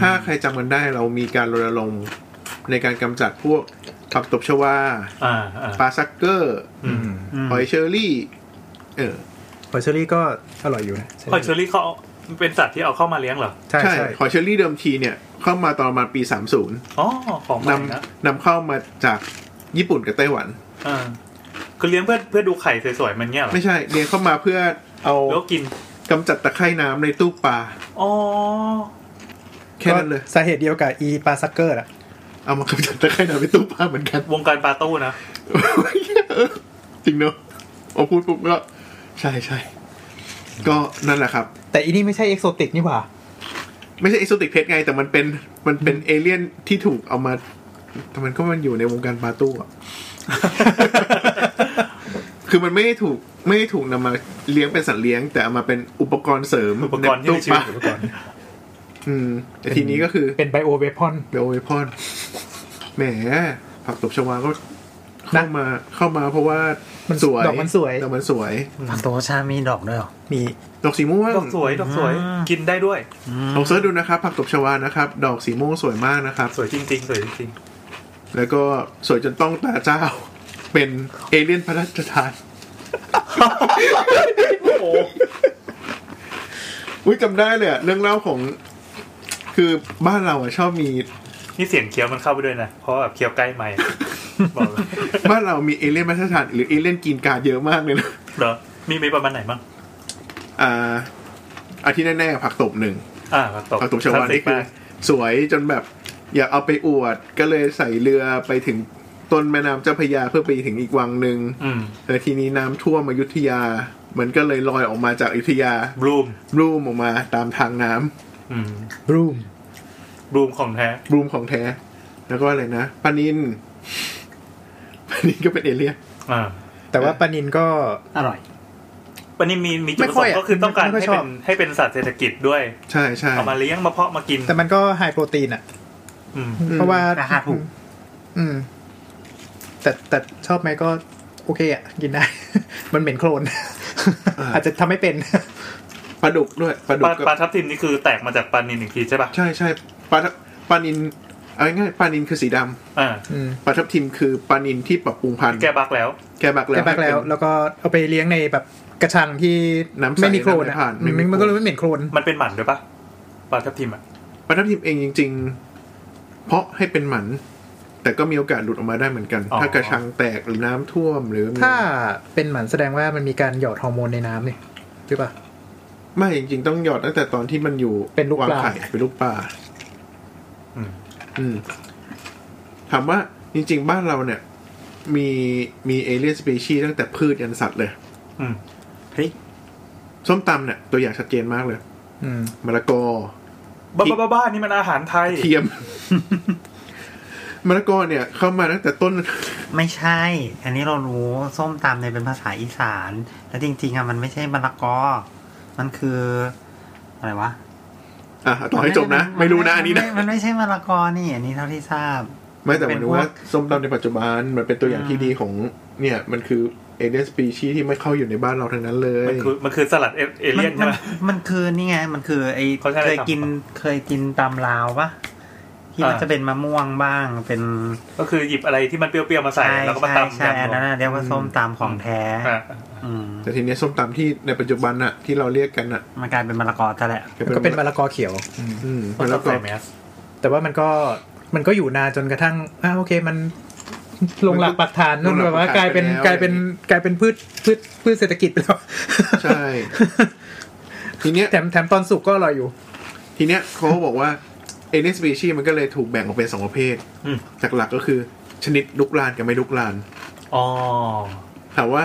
C: ถ้าใครจำกันได้เรามีการรณรงค์ในการกำจัดพวกผักตบชวา
D: อ่าอ่า
C: ปลาซักเกอร์
D: อืม
F: อืม
C: หอยเชอรี่ เออ
E: หอยเชอรี่ก็อร่อยอยู่นะ
D: หอยเชอรี่เขาเป็นสัตว์ที่เอาเข้ามาเลี้ยงเหรอ
E: ใช่
C: ใช่
E: ใช่
C: หอยเชอรี่เดิมทีเนี่ย เข้ามาตอนประมาณปี 30
D: อ๋อ ของให
C: น
D: ม่นะ
C: ำนำเข้ามาจากญี่ปุ่นกับไต้หวัน
D: อ่าคือเลี้ยงเพื่อเพื่อดูไข่สวยๆมันเงี้ยเหรอ
C: ไม่ใช่เลี้ยงเข้ามาเพื่อเอา
D: แล้วกิน
C: กำจัดตะไคร่น้ำในตู้ปลา
D: อ๋อ
C: แค่นั้นเลย
E: ก็สาเหตุเดียวกับอีปลาซักเกอร์อะ
C: เอามากำจัดตะไคร่น้ำในตู้ปลาเหมือน กัน
D: วงการปลาตู้นะ
C: จริงเนอะเอาพูดปุ๊บก็ใช่ใช่ก็นั่นแหละครับ
E: แต่อีนี่ไม่ใช่เอกโซติกนี่หว่า
C: ไม่ใช่เอ o โซติกเพชไง แต่มันเป็นมันเป็นเอเลี่ยนที่ถูกเอามาแต่มันก็มันอยู่ในวงการปลาตู้ อะ คือมันไม่ได้ถูกไม่ได้ถูกนำมาเลี้ยงเป็นสัตว์เลี้ยง แต่เอามาเป็นอุปกรณ์เสริม
D: อุปกรณ์ที่มีชีวิตอยู่
C: ในตู้ปลาอืมแต่ทีนี้ก็คือ
E: เป็นไบโอเวพอน
C: เบลเวพอนแหมผักตบชวาก็เข้ามาเข้ามาเพราะว่า
E: มัน
C: สวย
E: ดอกมันสวย
C: ดอกมันสวย
F: ผักตบชวามีดอกด้วยเหรอ
E: มี
C: ดอกสีม่วง
D: ดอกสวยดอกสวย
F: อืม
D: กินได้ด้วย
C: ลองเสิร์ชดูนะครับผักตบชวานะครับ ดอกสีม่วงสวยมากนะครับ
D: สวยจริงๆ สวยจริง
C: แล้วก็สวยจนต้องตาเจ้า เป็นเอเลี่ยนพระราชทาน
D: ๆ โอ้โห
C: อุ้ยจำได้เลยอะเรื่องเล่าของ คือบ้านเราอะชอบมี
D: นี่เสียงเคี้ยวมันเข้าไปด้วยนะ เพราะแบบเคี้ยวใกล้ไมค์บอกเลย
C: บ้านเรามีเอเลี่ยนพระราชทานหรือเอเลี่ยนกินการดเยอะมากเลยนะ
D: เหรอ มีมีประมาณไหนบ้าง
C: อ่าอาที่แน่ๆผักตบหนึ่ง
D: อ่าผักตบ
C: ผักตบชาวา
D: คลสสิ
C: นี่
D: ก
C: คื
D: มา
C: อก สวยจนแบบ อยากเอาไปอวดก็เลยใส่เรือไปถึงต้นแม่น้ำเจ้าพระยาเพื่อไปถึงอีกวังหนึ่ง
D: อืม
C: แต่ทีนี้น้ำท่วมอยุธยา มันก็เลยลอยออกมาจากอยุธยา
D: บลูม
C: รูมออกมาตามทางน้ำ
D: อืม
E: รูม
D: บลูมของแท้
C: บลูมของแท้ แล้วก็อะไรนะปานินปานินก็เป็นเอเลี่ยน
D: อ่า
E: แต่ว่าปลานินก็
F: อร่อย
D: วันนี้มีมีจุดประส
E: ไม่ค่องย
D: ค์
E: อะ
D: ก็คือต้องการ
E: ไม่
D: ให้
E: ค่อยช
D: เป็
E: อบ
D: นให้เป็นสัตว์เศรษฐกิจด้วย
C: ใช่ใช่
D: เอามาเลี้ยงมาเพาะมากิน
E: แต่มันก็ไฮโปรตีนอะ
D: อืม
E: เพราะว่า
F: ราคาถูก
E: อืม แต่แต่ชอบไหมก็ โอเคอะกินได้ มันเหม็นโคลน
C: อ่า
E: อาจจะทำไม่เป็น
C: ปลาดุกด้วยปลาดุ
D: ปลาก
C: ก็
D: ปลาทับทิมนี่คือแตกมาจากปลานินอีกทีใช่ป่ะ
C: ใช่ใช่ปลาทับปลานินเอาง่ายๆปลานินคือสีดำ
D: อ่า
E: อืม
C: ปลาทับทิมคือปลานินที่ปรับปรุงพันธุ์
D: แกบักแล้ว
C: แกบักแล้ว
E: ได้บักแล้ว
C: ให้เป็น
E: แล้วก็เอาไปเลี้ยงในแบบกระชังที่
C: น้ำใส
E: ไม่มีโคลน
C: น้ำไม่
E: อ่ะ
C: ผ่าน
E: อืม
C: ไม่มีโคลน
E: มันก็เลยไม่เหม็นโคลน
D: มันเป็นหมันด้วยป่ะปลาทับทิมอ่ะ
C: ปลาทับทิมเองจริง ๆ เพราะให้เป็นหมัน แต่ก็มีโอกาสหลุดออกมาได้เหมือนกัน ถ้ากระชังแตกหรือน้ำท่วมหรือมี
E: ถ้าเป็นหมันแสดงว่ามันมีการหยอดฮอร์โมนในน้ำนี่หรือเปล่า
C: ไม่จริง ๆ ต้องหยอดตั้งแต่ตอนที่มันอยู่
E: เป็นลูกปลา
C: วางไข่เป็นลูกปลา
D: อืม
C: อืมถามว่าจริง ๆ บ้านเราเนี่ย มีมีเอเลียนสปีชีตั้งแต่พืชยันสัตว์เลย
D: อืม
F: เฮ้ย
C: ส้มตำเนี่ย ตัวอย่างชัดเจนมากเลย
E: อืม
C: มะละกอ
D: บ้าบ้าบ้าบ้านี่มันอาหารไทย
C: เทียม มะละกอเนี่ย เข้ามาตั้งแต่ต้น
F: ไม่ใช่ อันนี้เรารู้ส้มตำเนี่ยเป็นภาษาอีสาน แล้วจริงๆอ่ะมันไม่ใช่มะละกอ มันคืออะไรวะ
C: อ่ะต่อให้จบนะ ไม่รู้นะอันนี้นะ
F: มันไม่ใช่มะละกอนี่ อันนี้เท่าที่ทราบ
C: ไม่แต่หมายถึงว่า
F: เป็นพวก
C: ส้มตำในปัจจุบันมันเป็นตัวอย่างที่ดีของ เนี่ย มันคือเอเลียนสปีชีที่ไม่เข้าอยู่ในบ้านเราทั้งนั้นเลย
D: มันคือมันคือสลัดเอเอเลี่ยนใช่ไหม
F: มันคือนี่ไง มันคือไอ้
D: เขาใช้อะไร
F: เคยกิน
D: ทำปะ
F: เคยกินตำลาวปะที่มัน
D: อ่า
F: จะเป็นมะม่วงบ้างเป็น
D: ก็คือหยิบอะไรที่มันเปรี้ยวๆมาใส่แล้วก็มา
F: ใช่
D: ตำ
F: ใช่
D: ยำ
F: อันนั้นนะเรียกว่าส้มตำของแท้
D: อ่ะ
F: อืม
C: แต่ทีเนี้ยส้มตำที่ในปัจจุบันน่ะที่เราเรียกกันน่ะ
F: มันกลายเป็นมะละกอซะแหละ
E: ก็เป็นมะละกอเขียว
C: อืม
D: มั
C: มะ
D: น
C: ละ
D: ต้อง
C: กอ
D: ใส่แมส
E: แต่ว่ามันก็มันก็อยู่นานจนกระทั่งอ่าโอเคมันลงหลักปักฐานนู่นแบบว่ากลายเป็นกลายเป็นกลายเป็นพืชพืชพืชเศรษฐกิจไปแล้ว
C: ใช่ ทีเนี้ย
E: แถมแถมตอนสุกก็อร่อยอยู่
C: ทีเนี้ยเขาก็บอกว่าเอเนสปีชีมันก็เลยถูกแบ่งออกเป็นสองประเภท
D: อืม
C: จากหลักก็คือ ชนิดลุกลานกับไม่ลุกลาน
D: อ๋อ
C: ถามว่า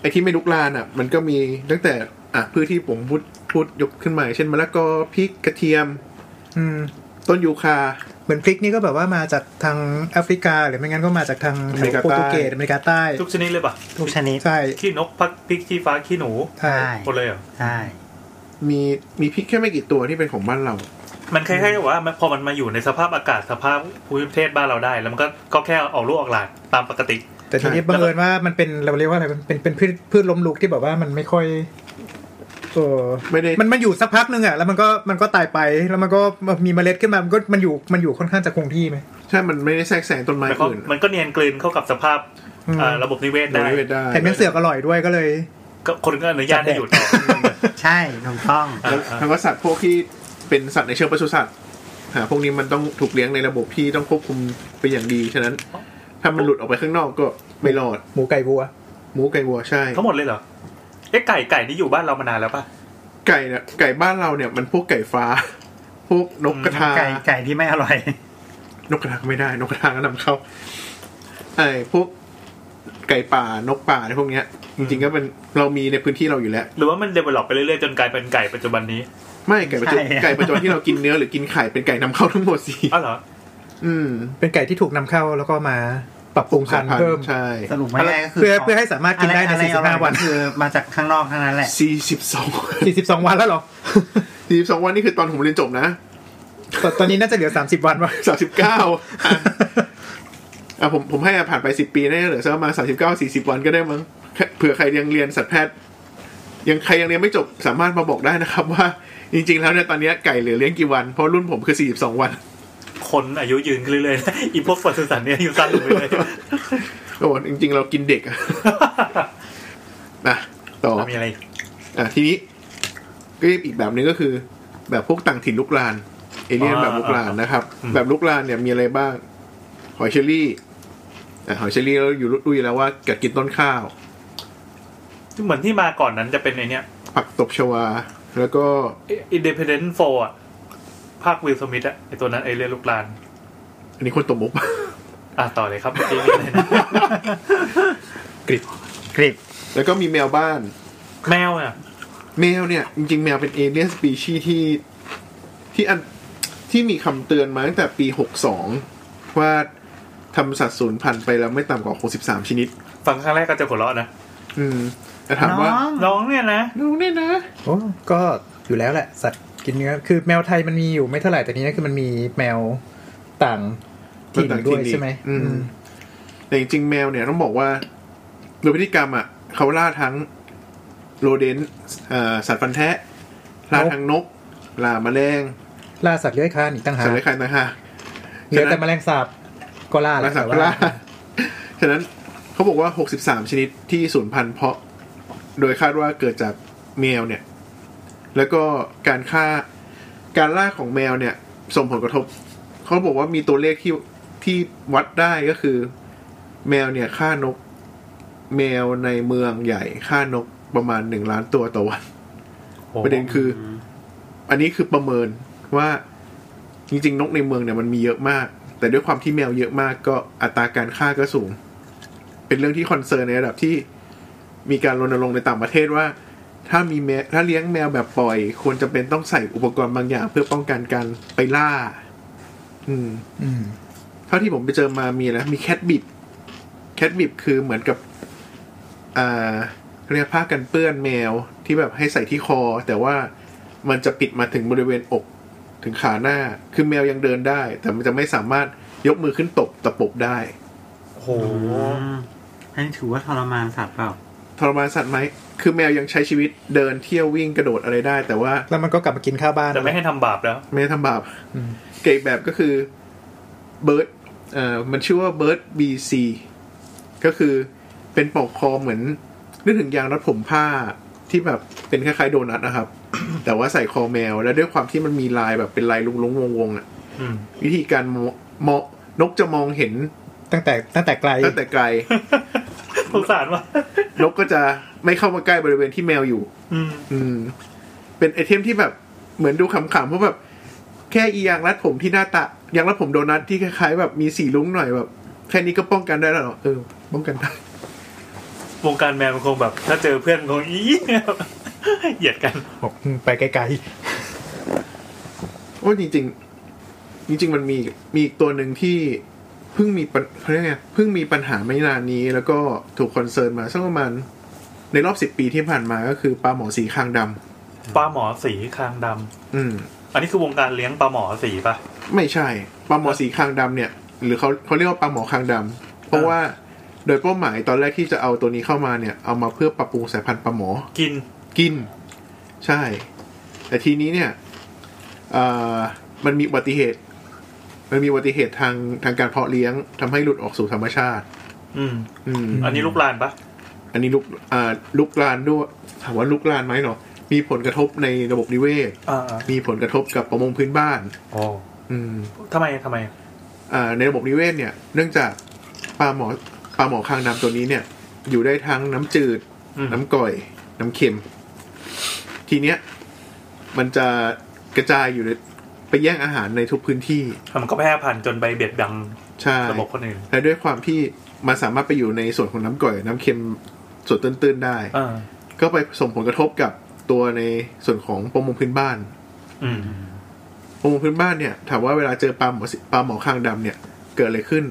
C: ไอ้ที่ไม่ลุกลานอ่ะ มันก็มีตั้งแต่อ่ะพืชที่ผมพูดพูดยกขึ้นมา เช่นมะละกอพริกกระเทียม
E: อืม
C: ต้นยูคา
E: เหมือนพริกนี่ก็แบบว่ามาจากทางแอฟริกา หรือไม่งั้นก็มาจากทางแถ
C: อเม
E: ว
C: ริกาใต้
E: โปรตุเกสอเมริกาใต้
D: ทุกชนิดเลยป่ะ
F: ทุกชนิด
E: ใช่
D: ขี้นกพักพริกขี้ฟ้าขี้หนู
E: ใช่
F: ใช่
D: หมดเลยเหรอ
F: ใช่
C: มีมีพริกแค่ไม่กี่ตัวที่เป็นของบ้านเรา
D: มันคล้ายๆกับว่ามันพอมันมาอยู่ในสภาพอากาศสภาพภูมิประเทศบ้านเราได้ แล้วมันก็ก็แค่ออกลูกออกหลานตามปกติ
E: แต่ทีนี้
C: ใช่
E: บังเอิญว่ามันเป็นเราเรียกว่าอะไรมันเป็นเป็นพืชพืชล้มลุกที่แบบว่ามันไม่ค่อยเออ
C: ไม่ได้
E: มันมันอยู่สักพักหนึ่งอ่ะแล้วมันก็มันก็ตายไปแล้วมันก็มีเมล็ดขึ้นมามันก็มันอยู่มันอยู่ค่อนข้างจะคงที่ไหม
C: ใช่มันไม่ได้แทรกแซงต้นไม้
D: มันก็
C: อื่น
D: มันก็เนียนกลืนเข้ากับสภาพ
E: อืม
D: เอ่อระบบนิเวศ
C: โดย
D: ได้
C: ไม่ได้
E: แถมยังเสือกอร่อยด้วยก็เลย
D: ก็คนก็อนุญาตให้อยู่ต่อ
F: ใช่ถูกต้อง
D: อ่ะ
C: แล้วแล้วก็สัตว์พวกที่เป็นสัตว์ในเชิงปศุสัตว์หาพวกนี้มันต้องถูกเลี้ยงในระบบที่ต้องควบคุมเป็นอย่างดี ฉะนั้น ถ้ามันหลุดออกไปข้างนอกก็ไม่รอด
E: หมูไก่วัว
C: หมูไก่วัวใช่
D: ทั้งหมดเลยเหรอเอ๊ะไก่ไก่นี่อยู่บ้านเรามานานแล้วป่ะ
C: ไก่เนี่ยไก่บ้านเราเนี่ยมันพวกไก่ฟ้า พวกนกกระทา
F: ไก่ไก่ที่ไม่อร่อย
C: นกกระทาก็ไม่ได้ นกกระทาก็นำเข้าไอ้พวกไก่ป่านกป่าอะไรพวกเนี้ย จริงๆก็เป็นเรามีในพื้นที่เราอยู่แล้ว
D: หรือว่ามันเดเวล็อปไปเรื่อยๆจนกลายเป็นไก่ปัจจุบันนี้
C: ไม่ไก่ปัจจุบัน
F: ใช่อะ
C: ไก่ปัจจุบันที่เรากินเนื้อหรือกินไข่เป็นไก่นำเข้าทั้งหมดสิ
D: อ้าวเหรอ
C: อืม
E: เป็นไก่ที่ถูกนำเข้าแล้วก็มาปรับปรุงพันธุ์เพิ่ม
C: ใช่
F: สรุปไม่ได้ก็คือ
E: เพื่อเพื่อให้สามารถกินได้ใน
F: อะรอะรอร่อย
E: 45วัน
F: คือมาจากข้างนอกทั้งนั้นแหละ
C: สี่สิบสอง
E: 42 วันแล้วเหรอ
C: สี่สิบสองวันนี่คือตอนผมเรียนจบนะ
E: ตอนตอนนี้น่าจะเหลือ 30 วันวะ
C: สามสิบเก้าอ่ะผมผมให้อ่ะผ่านไปสิบปีน่าจะเหลือสักประมาณสามสิบเก้าสี่สิบวันก็ได้มั้งเผื่อใครยังเรียนสัตวแพทย์ ยังใครยังเรียนไม่จบสามารถมาบอกได้นะครับ ว่าจริง ๆ แล้วเนี่ยตอนเนี้ยไก่เหลือเลี้ยงกี่วัน เพราะรุ่นผมคือสี่สิบสองวัน
D: คนอายุยืนขึ้นเรื่อยๆ อีพวกปศุสัตว์เนี่ยอายู่สั้นลงไปเลย
C: โอ้จริง ๆ เรากินเด็กอะอ่ะ ต่อ
D: มีอะไรอีก
C: อ่ะทีนี้ก็อีกแบบหนึงก็คือ แบบพวกต่างถิ่นลุกลานเอเลี่ยนแบบลุกลานนะครับ แบบลุกลานเนี่ยมีอะไรบ้าง หอยเชอรี่อ่ะหอยเชอรี่เราอยู่รู้อยู่แล้วว่ากัดกินต้นข้าว
D: เหมือนที่มาก่อนนั้นจะเป็นไอเนี้ย
C: ผักตบชวา แล้วก็
D: อินด p พ n เดน t ์โฟอ่ะ ภาควิลสมิธอ่ะ ไอตัวนั้นไอเรียนลูกลาน
C: อันนี้คนตบมุก
D: อ่ะ ต่อเลยครับเมื่อกี้มีอะไรนะ
F: กริบ
C: แล้วก็มีแมวบ้าน
D: แมวอ่ะ
C: แมวเนี่ย จริง ๆ แมวเป็นเอเลี่ยนสปีชีที่ที่อันที่มีคำเตือนมาตั้งแต่ปี 62 ว่าทำสัตว์สูญพันธุ์ไปแล้วไม่ต่ำกว่า 63 ชนิด
D: ฟังครั้งแรกก็จะหัวเราะนะ
C: อืมแต่ถามว่า
F: น้อง
D: น้องเนี่ยนะ
C: น้องเนี่ยนะ
E: โอ้ก็อยู่แล้วแหละ สัตว์กินเนื้อ คือแมวไทยมันมีอยู่ไม่เท่าไหร่แต่ทีนี้คือมันมีแมวต่างถิ่น
C: ต่างถิ่
E: ด้วน ย
C: อีก
E: ใช่ไหม
C: อืม
E: อืม
C: แต่จริงๆแมวเนี่ยต้องบอกว่าโดยพฤติกรรมอ่ะเขาล่าทั้ง โรเดนสัตว์ฟันแทะล่าน
E: ก
C: ทางนกล่าแมลง
E: ล่าสัตว์เลื้อยคลานอีกต่างหา
C: สัต
E: ก
C: ว์เลื้อยคลานต่างหาก
E: เหลือแต่แมลงสาบก็ล่าแห
C: มา
E: ละ
C: สัก
E: แต่ว่า
C: ล่า ฉะนั้นเขาบอกว่า 63 ชนิดที่สูญพันธุ์เพราะ โดยคาดว่าเกิดจากแมวเนี่ย แล้วก็การฆ่า การล่าของแมวเนี่ย ส่งผลกระทบ เขาบอกว่ามีตัวเลขที่ที่วัดได้ก็คือ แมวเนี่ยฆ่านก แมวในเมืองใหญ่ฆ่านกประมาณหนึ่งล้านตัวต่อวัน
D: โอ้
C: ประเด็นคือออันนี้คือประเมินว่าจริงๆ นกในเมืองเนี่ยมันมีเยอะมาก แต่ด้วยความที่แมวเยอะมากก็อัตราการฆ่าก็สูง เป็นเรื่องที่คอนเซิร์นในระดับที่มีการรณรงค์ในต่างประเทศว่า ถ้ามีแมวถ้าเลี้ยงแมวแบบปล่อย ควรจะเป็นต้องใส่อุปกรณ์บางอย่าง เพื่อป้องกันการไปล่า อืม
E: อืม
C: เท่าที่ผมไปเจอมามีนะมีแคทบิบแคทบิบคือเหมือนกับอ่าเขาเรียกผ้ากันเปื้อนแมวที่แบบให้ใส่ที่คอ แต่ว่ามันจะปิดมาถึงบริเวณอกถึงขาหน้า คือแมวยังเดินได้ แต่มันจะไม่สามารถยกมือขึ้นตบตะปบได้
D: โอ้โห
F: มอันนี้ถือว่าทรมานสัตว์เปล่า
C: ทรมานสัตว์ไหมคือแมวยังใช้ชีวิตเดินเที่ยววิ่งกระโดดอะไรได้ แต่ว่า
E: แล้วมันก็กลับมากินข้าวบ้าน
D: แต่ไม่ให้ทำบาปแล้ว
C: ไม่ได้ทำบาป
E: อืม
C: เกรดแบบก็คือเบิร์ดเอ่อมันชื่อว่าเบิร์ดบีซีก็คือเป็นปลอกคอเหมือนนึกถึงยางรัดผมผ้าที่แบบเป็นคล้ายๆโดนัทนะครับ แต่ว่าใส่คอแมว แล้วด้วยความที่มันมีลายแบบเป็นลายลุงๆวงๆอ่ะ
D: อืม
C: วิธีการมองมองนกจะมองเห็น
E: ตั้งแต่ตั้ง แต่ไกล
C: ตั้งแต่ไกล
D: สงสารว่ะ
C: นกก็จะไม่เข้ามาใกล้บริเวณที่แมวอยู่
D: อืม
C: อืม เป็นไอเทมที่แบบเหมือนดูขำๆเพราะแบบแค่อียางรัดผมที่หน้าตายางรัดผมโดนัทที่คล้ายๆ แบบมีสีลุ้งหน่อยแบบ แค่นี้ก็ป้องกันได้แล้วเหรอเออป้องกันได้
D: วงการแมวมันคงแบบ ถ้าเจอเพื่อนมันคงอี เหยียดกัน
E: บอกอืมไปไกล
C: โอ้ยจริง ๆ จริง ๆ มันมีมีอีกตัวหนึ่งที่เพิ่งมีปัญเขาเรียกไงเพิ่งมีปัญหาไม่นานนี้ แล้วก็ถูกคอนเซิร์นมาสักประมาณในรอบสิบปีที่ผ่านมาก็คือปลาหมอสีคางดำ
D: ปลาหมอสีคางดำ
C: อืม
D: อันนี้คือวงการเลี้ยงปลาหมอสีป่ะ
C: ไม่ใช่ปลาหมอสีคางดำเนี่ย หรือเขาเขาเรียกว่าปลาหมอคางดำเพราะ
D: อ่า
C: ว่าโดยเป้าหมายตอนแรกที่จะเอาตัวนี้เข้ามาเนี่ย เอามาเพื่อปรับปรุงสายพันธุ์ปลาหมอ
D: กิน
C: กิน ใช่ แต่ทีนี้เนี่ยเอ่อมันมีอุบัติเหตุ มันมีอุบัติเหตุทางทางการเพาะเลี้ยงทำให้หลุดออกสู่ธรรมชาติ
D: อืม
C: อืม
D: อันนี้ลูกลานปะ
C: อันนี้ลุกอ่าลุกลานด้วยถามว่าลุกลานไหมเนาะมีผลกระทบในระบบนิเวศ
D: อ่า
C: มีผลกระทบกับประมงพื้นบ้าน
D: โอ้
C: อืม
D: ทำไมทำไม
C: อ่าในระบบนิเวศเนี่ย เนื่องจากปลาหมอปลาหมอคางดำตัวนี้เนี่ย อยู่ได้ทั้งน้ำจืด
D: อืม
C: น้ำก่อย น้ำเค็ม ทีเนี้ยมันจะกระจายอยู่ในไปแย่งอาหารในทุกพื้นที่
D: มันก็แพร่พันธุ์จนไปเบียดดัง
C: ใช่
D: ระบบคนอื่น
C: และด้วยความที่มันสามารถไปอยู่ในส่วนของน้ำก่อย น้ำเค็มส่วนตื้นๆได้
D: อ่า
C: ก็ไปส่งผลกระทบกับตัวในส่วนของประมงพื้นบ้าน
D: อืม
C: ประมงพื้นบ้านเนี่ยถามว่าเวลาเจอปลาหมอสิปลาหมอคางดำเนี่ย เกิดอะไรขึ้น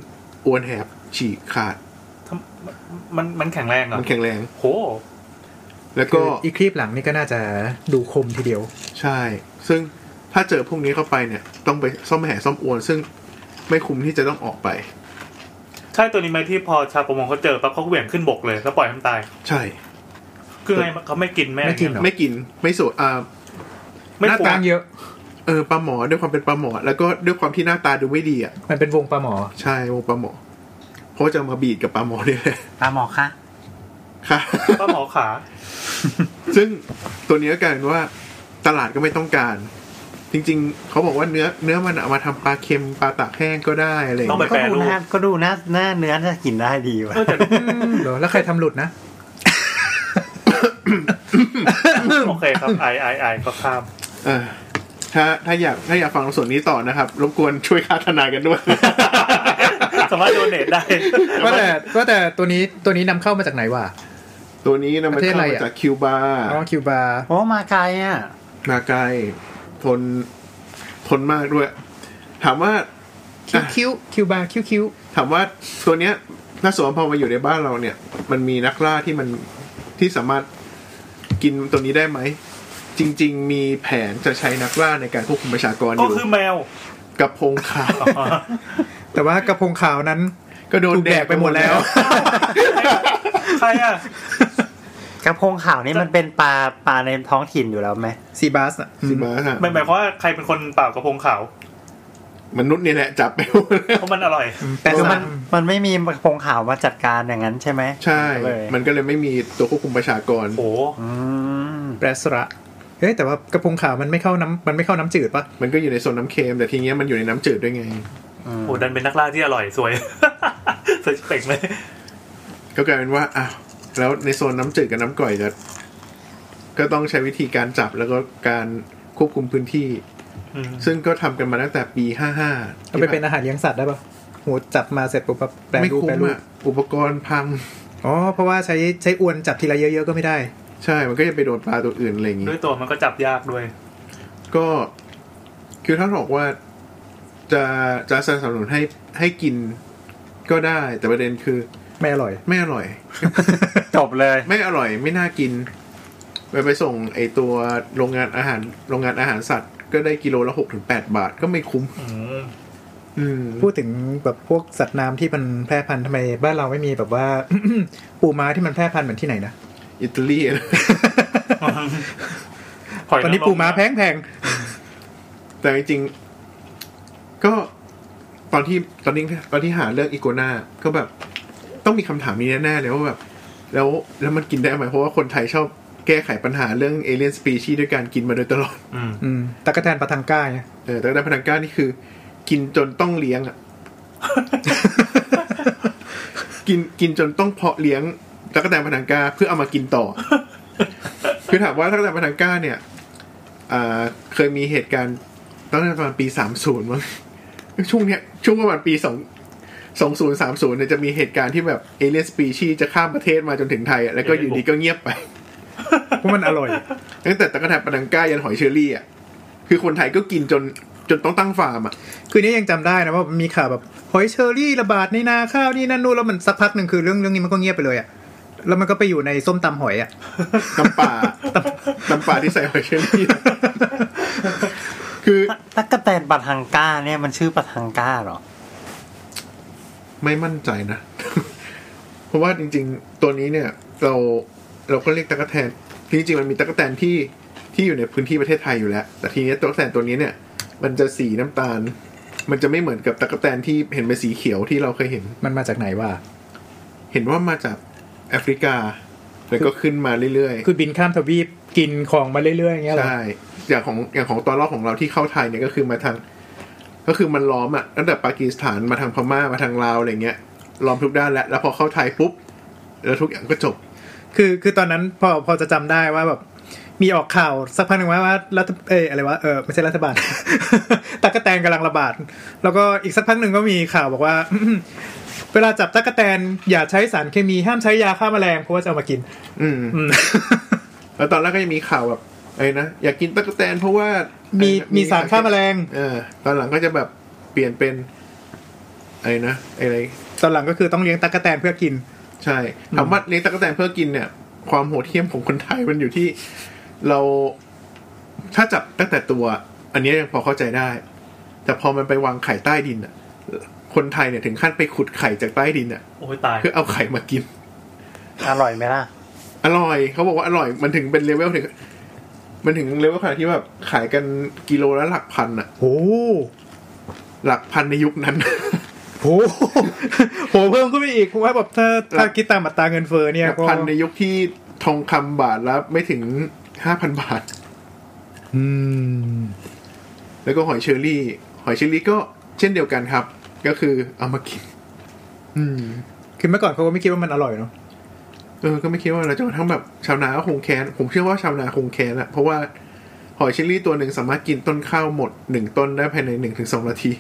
C: อวนแหบฉีกขาด
D: ทำมันมันแข็งแรงเหร
C: มั
D: อ่ะ
C: นแข็งแรง
D: โห
C: แล้ว
E: ๆคื
C: ก็
E: ออีกคลิปหลังนี่ก็น่าจะดูคมทีเดียว
C: ใช่ ซึ่งถ้าเจอพวกนี้เข้าไปเนี่ย ต้องไปซ่อมแห่ซ่อมอวน ซึ่งไม่คุ้มที่จะต้องออกไป
D: ใช่ตัวนี้ไหมที่พอชาวประมงเขาเจอปั๊บเขาก็เหวี่ยงขึ้นบกเลย แล้วปล่อยให้มันตาย
C: ใช่
D: คือไงเขาไม่กินแม่
E: ไม่กินเหรอ
C: ไม่กินไม่สูดอ่า
D: ไม่
C: หน้า
D: ปรุ
C: ตา
D: ง
E: ตั้งเยอะ
C: เออปลาหมอด้วยความเป็นปลาหมอ แล้วก็ด้วยความที่หน้าตาดูไม่ดีอ่ะ
E: มันเป็นวงปลาหมอ
C: ใช่วงปลาหมอเพราะจะเอามาบีดกับปลาหมอเนี่ยแหละ
F: ปลาหมอคะ
C: ค่ะ
D: ป้าหมอขา
C: ซึ่งตัวนี้ก็กลายเป็นว่าตลาดก็ไม่ต้องการ จริง ๆ เขาบอกว่าเนื้อเนื้อมันเอามาทำปลาเค็มปลาตากแห้งก็ได้อะไรอย่าง
D: ต้องไป
C: เงี้ย
D: แป
F: ก็
D: ร
F: ดู
D: รูป
F: หน้าก็ดูหน้าหน้าเนื้อจะกินได้ดีว่ะ
D: เออแต่
E: เหรอแล้วใครทำหลุดนะ
D: โอเคครับไอไอไอก็ข้าม
C: เออถ้าถ้าอยากถ้าอยากฟังส่วนนี้ต่อนะครับ รบกวนช่วยค่าทนายกันด้วย
D: สามารถโดเนทได้
E: ว่าแต่ว่าแต่ตัวนี้ตัวนี้นำเข้ามาจากไหนวะ
C: ตัวนี้นำ
E: ป
C: มัน
E: ระเทศ
C: เข้า
E: อะไร
C: มา
E: อ่ะ
C: จากคิวบา
E: อ๋อคิวบา
F: โอ้มาไกลอ่ะ
C: มาไกลทนทนมากด้วย ถามว่า
E: คิวคิวคิวบาคิวคิว
C: ถามว่าตัวเนี้ยถ้าสมมติพอมาอยู่ในบ้านเราเนี่ย มันมีนักล่าที่มันที่สามารถกินตัวนี้ได้ไหม จริง ๆ มีแผนจะใช้นักล่าในการควบคุมประชากรอ
D: ก็
C: ยู่
D: คือแมว
C: กับพงข าว
E: แต่ว่ากระพงขาวนั้น
C: ก็โดน
E: ถูก
C: แด
E: แด
C: ก
E: ก
C: ไป
E: ไป
C: ห
E: ห
C: ม
E: ม
C: ด
E: ดแล้
C: แล้ว
E: ว
D: ใครอ่ะ
E: ก
F: ระพงขาวนี่มันเป็นปลาปลาในท้องถิ่นอยู่แล้วไหม
E: ซีบัสอ่ะ
C: สิมาฮะ
D: มันหมายความว่าใครเป็นคนเป่ากระพงขาว
C: มนุษย์เนี่ยแหละจับไปหมดแล้ว
D: เพราะมันอร่อย
E: แต่
F: คือ
E: มั
F: มัน นมันไม่มีกระพงขาวมาจัดการอย่างนั้นใช่ไหม
C: ใช่
F: เลย
C: มันก็เลยไม่มีตัวควบคุมประชากร
D: โอ้โห
F: อืม
E: แปรสระเฮ้ยแต่ว่ากระพงขาวมันไม่เข้าน้ำมันไม่เข้าน้ำจืดปะ
C: มันก็อยู่ในโซนน้ำเค็มแต่ทีเนี้ยมันอยู่ในน้ำจืดด้วยไง
F: อืม
D: โหดันเป็นนักล่าที่อร่อยสวย สวยเป่งเลย
C: ก็กลายเป็นว่าอ้าวแล้วในโซนน้ำจืดกับน้ำก่อยจะก็ต้องใช้วิธีการจับแล้วก็การควบคุมพื้นที่
D: อืม
C: ซึ่งก็ทำกันมาตั้งแต่ปีห้าห้า
E: เอาไปเป็นอาหารเลี้ยงสัตว์ได้ปะโหจับมาเสร็จปุ๊บแบบแปร
C: ไม่
E: รูป
C: คุ้
E: แปร
C: ม
E: รูป
C: อะอุปกรณ์พัง
E: อ๋อเพราะว่าใช้ใช้อวนจับทีละเยอะๆก็ไม่ได้
C: ใช่ มันก็จะไปโดนปลาตัวอื่นอะไรอย่าง
D: ด้ว
C: งี้
D: ยตัวมันก็จับยากด้วย
C: ก็คือถ้าบอกว่าจะจะสนับสนุนให้ให้กินก็ได้ แต่ประเด็นคือ
E: ไม่อร่อย
C: ไม่อร่อย
F: จบเลย
C: ไม่อร่อยไม่น่ากิน ไปไปส่งไอตัวโรงงานอาหารโรงงานอาหารสัตว์ ก็ได้กิโลละหกถึงแปดบาท ก็ไม่คุ้ม
D: อืม
C: อืม
E: พูดถึงแบบพวกสัตว์น้ำที่มันแพร่พันธุ์ทำไมบ้านเราไม่มีแบบว่า ปูม้าที่มันแพร่พันธุ์เหมือนที่ไหนนะ
C: อิตาลีนะ
D: หย
E: ตอนนี้
D: งร
E: ปูม้าแพงแพง
C: แต่จริงๆก็ตอนที่ตอนนี้ตอนที่หาเรื่องอีโกนาก็แบบ ต้องมีคำถามนี้แน่ๆเลยว่าแบบ แล้วแล้วมันกินได้ไหมเพราะว่าคนไทยชอบแก้ไขปัญหาเรื่องเอเลียนสปีชีด้วยการกินมาโดยตลอด
D: อืม
E: ๆอืมตะกะแตนปะทังก้าไง
C: เออแต่ในพนังก้านี่คือ กินจนต้องเลี้ยงอ่ะ กินกินจนต้องเพาะเลี้ยงตะกั่วแตนพนังก้าเพื่อเอามากินต่อ คือถามว่าตะกั่วแตนพนังก้าเนี่ยอ่าเคยมีเหตุการณ์ตั้งแต่ประมาณปีสามศูนย์มั้งช่วงเนี้ยช่วงประมาณปีสองสองศูนย์สามศูนย์เนี่ยจะมีเหตุการณ์ที่แบบเอเลียนสปีชีจะข้ามประเทศมาจนถึงไทยอะแล้วก็อยู่ดีก็เงียบไป
E: เพราะมันอร่อย
C: ตั้งแต่ตะกั่วแตนพนังก้ายันหอยเชอรี่อ่ะคือคนไทยก็กินจนจนต้องตั้งฟาร์มอ่ะ
E: คือเนี่ยยังจำได้นะว่ามีข่าวแบบหอยเชอรี่ระบาดในนาข้าวนี่นั่นนู่นแล้วมันสักพักหนึ่งคือเรื่องเรื่องนี้มันก็เงียบไปเลยอะแล้วมันก็ไปอยู่ในส้มตำหอยอะ
C: น้ำปลาน้ำปลาที่ใส่หอยเชอรี่ คือ
F: ตักกะแตนปัทังก้าเนี่ยมันชื่อปัทังก้าเหรอ
C: ไม่มั่นใจนะ เพราะว่าจริง ๆ ตัวนี้เนี่ย เราเราก็เรียกตะกั่วแตนจริงๆมันมีตะกั่วแตนที่ที่อยู่ในพื้นที่ประเทศไทยอยู่แล้ว แต่ทีเนี้ยตะกั่วแตนตัวนี้เนี่ย มันจะสีน้ำตาล มันจะไม่เหมือนกับตะกั่วแตนที่เห็นเป็นสีเขียวที่เราเคยเห็น
E: มันมาจากไหนวะ
C: เห็นว่ามาจากแอฟริกา แล้วก็ขึ้นมาเรื่อยๆ
E: คือบินข้ามทวีปกินของมาเรื่อยๆอย่างเงี้ยเหรอ
C: ใช่อย่างของอย่างของตอนรอบของเราที่เข้าไทยเนี่ยก็คือมาทาง ก็คือมันล้อมอ่ะตั้งแต่ปากีสถานมาทางพม่ามาทางลาวอะไรเงี้ยล้อมทุกด้านแล้วแล้วพอเข้าไทยปุ๊บแล้วทุกอย่างก็จบ
E: คือคือตอนนั้นพอพอจะจำได้ว่าแบบมีออกข่าวสักพักหนึ่งว่าว่ารัฐเอออะไรวะเออไม่ใช่รัฐบาล ตะกะแตนกำลังระบาด แล้วก็อีกสักพักหนึ่งก็มีข่าวบอกว่า เวลาจับตะกะแตนอย่าใช้สารเคมีห้ามใช้ยาฆ่าแมลงเพราะว่าจะเอามากิน
C: อืม
E: อืม
C: แล้วตอนแรกก็ยังมีข่าวแบบไอ้นะอยากกินตั๊กแตนเพราะว่า
E: มี
C: มี
E: มีสารฆ่าแมลง
C: เออตอนหลังก็จะแบบเปลี่ยนเป็นไอ้นะไอ้อะไร
E: ตอนหลังก็คือต้องเลี้ยงตั๊กแตนเพื่อกิน
C: ใช่ถามว่าเลี้ยงตั๊กแตนเพื่อกินเนี่ย ความโหดเหี้ยมของคนไทยมันอยู่ที่เรา ถ้าจับตั้งแต่ตัว อันเนี้ยยังพอเข้าใจได้ แต่พอมันไปวางไข่ใต้ดินอ่ะ คนไทยเนี่ยถึงขั้นไปขุดไข่จากใต้ดินอ่ะ
D: โอ้ยตาย
C: เพื่อเอาไข่มากิน
F: อร่อยไหมล่ะ
C: อร่อยเขาบอกว่าอร่อยมันถึงเป็นเลเวลถึง มันถึงเลเวลขนาดที่แบบขายกันกิโลละหลักพันอ่ะ
E: โอ้โห
C: หลักพันในยุคนั้น
E: โห โหเพิ่มขึ้นไปอีกผมว่าแบบถ้าถ้าคิดตามอัตราเงินเฟ้อ
C: ห
E: เนี่ย
C: ลัก
E: ก็
C: พันในยุคที่ทองคำบาทแล้วไม่ถึงห้าพันบาท
E: อืม
C: แล้วก็หอยเชอรี่ หอยเชอรี่ก็เช่นเดียวกันครับ ก็คือเอามากิน อืม
E: คือเมื่อก่อนเขาก็ไม่คิดว่ามันอร่อยเนาะ
C: เออ ก็ไม่คิดว่าเราจะทั้งแบบชาวนาก็คงแค้น ผมเชื่อว่าชาวนาคงแค้นอะเพราะว่าหอยเชอรี่ตัวหนึ่งสามารถกินต้นข้าวหมดหนึ่งต้นได้ภายในหนึ่งถึงสองนาที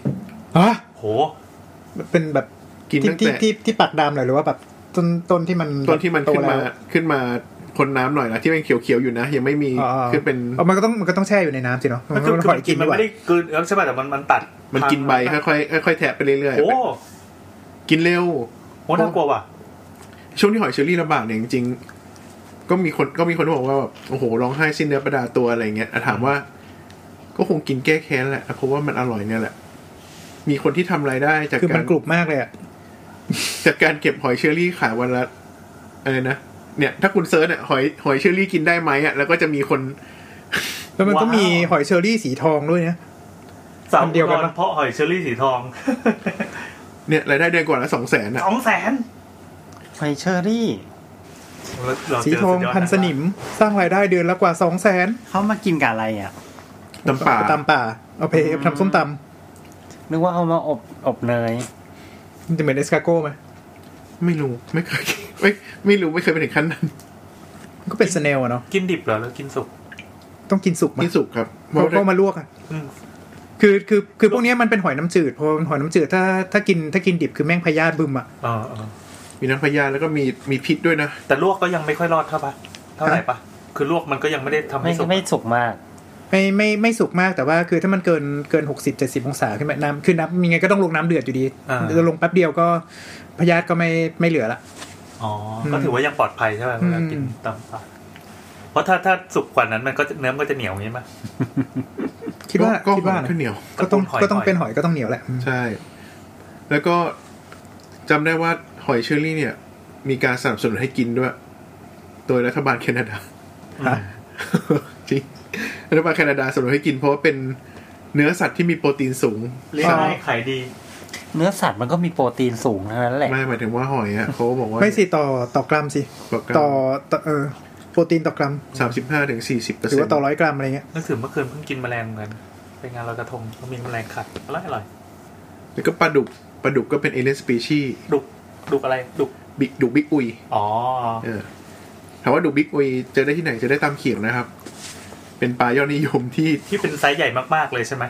E: อ่ะ
D: โห
E: มันเป็นแบบ
C: กิน
E: ที่
C: ตั้ง
E: ที่
C: แต่
E: ที่ที่ปักดามเลยหรือว่าแบบต้นต้นที่มัน
C: ต้นที่มัน
E: โต
C: ขึ้นมา
E: แล้ว
C: ขึ้นมาพ้นน้ำหน่อยนะที่เป็นเขียวๆอยู่นะ ยังไม่มี
E: อ๋ออ๋อ
C: ขึ้นเป็น
E: อ๋อมันก็ต้องมันก็ต้องแช่อยู่ในน้ำสิเนาะ
D: มันคือ
E: ก็
D: คือ
E: ป
D: มั
E: ล่ย
D: นกินมัน
E: ดีว่า
D: ไม่ได้กลืนแล้วใช่ป่ะแต่มันมันตัด
C: มันกินใบค่อยๆค่อยๆแทะไปเรื่อย
D: โอ้โห
C: ๆกินเร็ว
D: โหน่ากลัวว่ะ
C: ช่วงที่หอยเชอรี่ระบาดเนี่ยจริงๆก็มีคนก็มีคนที่บอกว่าแบบโอ้โหร้องไห้สิ้นเนื้อประดาตัวอะไรเงี้ยแต่ถามว่า ก็คงกินแก้แค้นแหละเพราะว่ามันอร่อยเนี่ยแหละ มีคนที่ทำรายได้จาก
E: คือ
C: การ
E: มันกรุบมากเลยอะ
C: จากการเก็บหอยเชอรี่ขายวันละอะไรนะ เนี่ยถ้าคุณเซิร์ชเนี่ยหอยหอยเชอรี่กินได้ไหมอ่ะแล้วก็จะมีคน
E: แล้วมันก็
D: ว้าว
E: มีหอยเชอรี่สีทองด้วยนะ
D: สาว
E: อันเดียวกันปะ
D: อุดรเพราะหอยเชอรี่สีทอง
C: เนี่ยรายได้เดือนกว่าละสองแสนอ่ะ
D: สองแสน
F: ไฟเชอรี่
D: เรา
E: สี
D: เจ
E: ทอง
D: ดยดะ
E: พันสนิมสร้างรายได้เดือนละกว่าสองแสน
F: เขามากินกับอะไรอ่ะ
C: ตำป่า
E: ตำป่าเอาไปทำส้มต
F: นึกว่าเอามาอบอบเนย
E: ำมันจะเหมือนเอสคาโก้ไหม
C: ไม่รู้ไม่เคยไม่ไม่รู้ไม่เคยไปถึงขั้นนั้น
E: มันก็เป็นสเนลอะเนาะ
D: กินดิบเหรอแล้วกินสุก
E: ต้องกินสุกไหม
C: ที่สุดครับเพ
E: เพราะ
C: ราะ
E: ก็มาลวกอะ
D: อืม
E: คือคือคือพวกเนี้ยมันเป็นหอยน้ำจืดเพอเป็นหอยน้ำจืดถ้าถ้ากินถ้ากินดิบคือแม่งพยาธิบึมอะ
D: อ่าอ่า
C: มีน้ำพยาแล้วก็มีมีพิษด้วยนะ
D: แต่ลวกก็ยังไม่ค่อยรอดเท่าปะเท่าไหร่ปะคือลวกมันก็ยังไม่ได้ทำ
F: ไม่
D: ให้สุก
F: ไม่สุกมาก
E: ไม่ไม่ไม่สุกมากแต่ว่าคือถ้ามันเกินเกินหกสิบเจ็ดสิบองศาขึ้นไปน้ำคือน้ำยังไงก็ต้องลงน้ำเดือดอยู่ดีจะลงแป๊บเดียวก็พยาธิก็ไม่ไม่เหลือละ
D: อ๋อก็ถือว่ายังปลอดภัยใช่ไหมเวลากิน
E: อืม
D: ตำปลาเพราะถ้าถ้าสุกกว่านั้นมันก็จะเนื้อมันก็จะเหนียวอย่างนี้ปะ
E: คิดว่า
C: ก็
E: คิดว่า
C: ก็
E: นะ
C: ข้าวเหนียว
E: ก็ต้อง
D: หอย
E: ก็ต้อง
D: หอย
E: เป็นหอยก็ต้องเหนียวแหละอืม
C: ใช่ แล้วก็จำได้ว่าหอยเชอรี่เนี่ย มีการสนับสนุนให้กินด้วย โดยรัฐบาลแคนาดา
E: ฮะ
C: จริงรัฐบาลแคนาดาสนับสนุนให้กินเพราะว่าเป็นเนื้อสัตว์ที่มีโปรตีนสูง
D: เลี้ยงได้ขายดี
F: เนื้อสัตว์มันก็มีโปรตีนสูงทั้งนั้นแหละ
C: ไม่หมายถึงว่าหอยอ่ะเขาบอกว่า
E: ไม่สิต่อต่อกรัมสิ ต่อต่อเออโปรตีนต่อกรัม
C: สามสิบห้าถึงสี่สิบเปอร์
E: หรื
C: เซ็
E: อน ว่าต่อ
C: ต์
E: ร้อยกรัมอะไรเงี้ย
D: นึกถึงเมื่อคืนเพิ่งกินแมลงเหมือนกันไปงานลอยกระทงก็มีแมลงขัดอร่อยอร่อย
C: แล้วก็ปลาดุกปลาดุกก็เป็นเอเลนสปีชี
D: ดุกดุกอะไรดุก
C: บิกดุกบิ๊กอุย
D: อ๋อ
C: เออถามว่าดุกบิ๊กอุยเจอได้ที่ไหนเจอได้ตามเขียงนะครับ เป็นปลายอดนิยมที่
D: ที่เป็นไซส์ใหญ่มากๆเลยใช่ไหม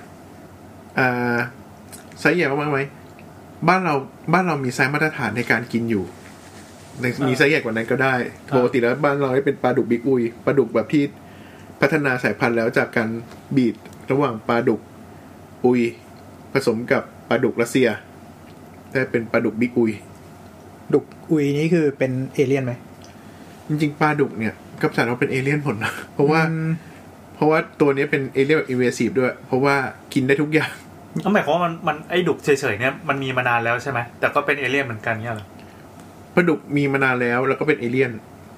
C: อ่าไซส์ใหญ่มากๆไหมบ้านเราบ้านเรามีไซส์มาตรฐานในการกินอยู่ในมีไซส์ใหญ่กว่านั้นก็ได้ปกติแล้วบ้านเราเป็นปลาดุกบิ๊กอุยปลาดุกแบบที่พัฒนาสายพันธุ์แล้วจากการบีดระหว่างปลาดุกอุย ผสมกับปลาดุกรัสเซียได้เป็นปลาดุกบิ๊กอุย
E: ดุกอุยนี่คือเป็นเอเลี่ยนไหม
C: จริงๆปลาดุกเนี่ยกับสัตว์เราเป็นเอเลี่ยนหมดนะ เพราะว่า
E: อืม
C: เพราะว่าตัวนี้เป็นเอเลี่ยนแบบอินเวสีฟด้วย เพราะว่ากินได้ทุกอย่าง
D: ก็หมายความว่ามันมันไอ้ดุกเฉยๆเนี่ยมันมีมานานแล้วใช่ไหมแต่ก็เป็นเอเลี่ยนเหมือนกันเนี่ยเหรอ
C: ปลาดุกมีมานานแล้วแล้วก็เป็นเอเลี่ยน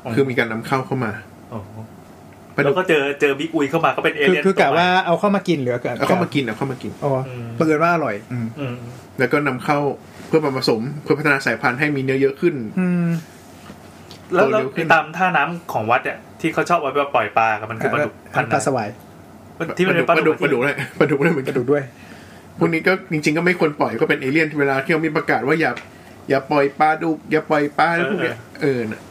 D: อ๋อ
C: คือมีการนำเข้าเข้ามา
D: อ๋อ
C: ปลา
D: แล้
C: ดุ
D: ว
C: ก
D: ก็เจอเจอบิ๊กอุยเข้ามาก็เป็นเอ
E: คือ
D: เลี่ยน
E: คือกะ
D: ตัใหม่
E: ว่าเอาเข้ามากินหรือเกิด
C: เอาเข้ามากินเอาเข้ามากิน
E: อ๋อ
D: อืม
E: เปิดว่าอร่อย อืม
D: อืม
C: แล้วก็นำเข้าเพื่อมาผสมเพื่อพัฒนาสายพันธุ์ให้มีเนื้อเยอะขึ้น
E: อืม
D: แล้วแล้ว
C: โตเร็วขึ้น
D: ไอ้ตามท่าน้ำของวัดเนี่ยที่เขาชอบเอาไว้ปล่อยปลากันมันคือปลาดุกพันธุ์
E: ปลา
D: อะ
E: ส
D: ไร
E: วาย
D: ที่มันเป็นปลาดุก
C: ปลาดุกเลยปลาดุกเลยเหมือน
E: ก
C: กัน
E: ระดูกด้วย
C: พวกนี้ก็จริง ๆ ก็ไม่ควรปล่อยก็เป็นเอเลี่ยนเวลาที่เขามีประกาศว่าอย่าอย่าปล่อยปลาดุกอย่าปล่อยปลาแล้วพวกเนี้ยเออน่ะ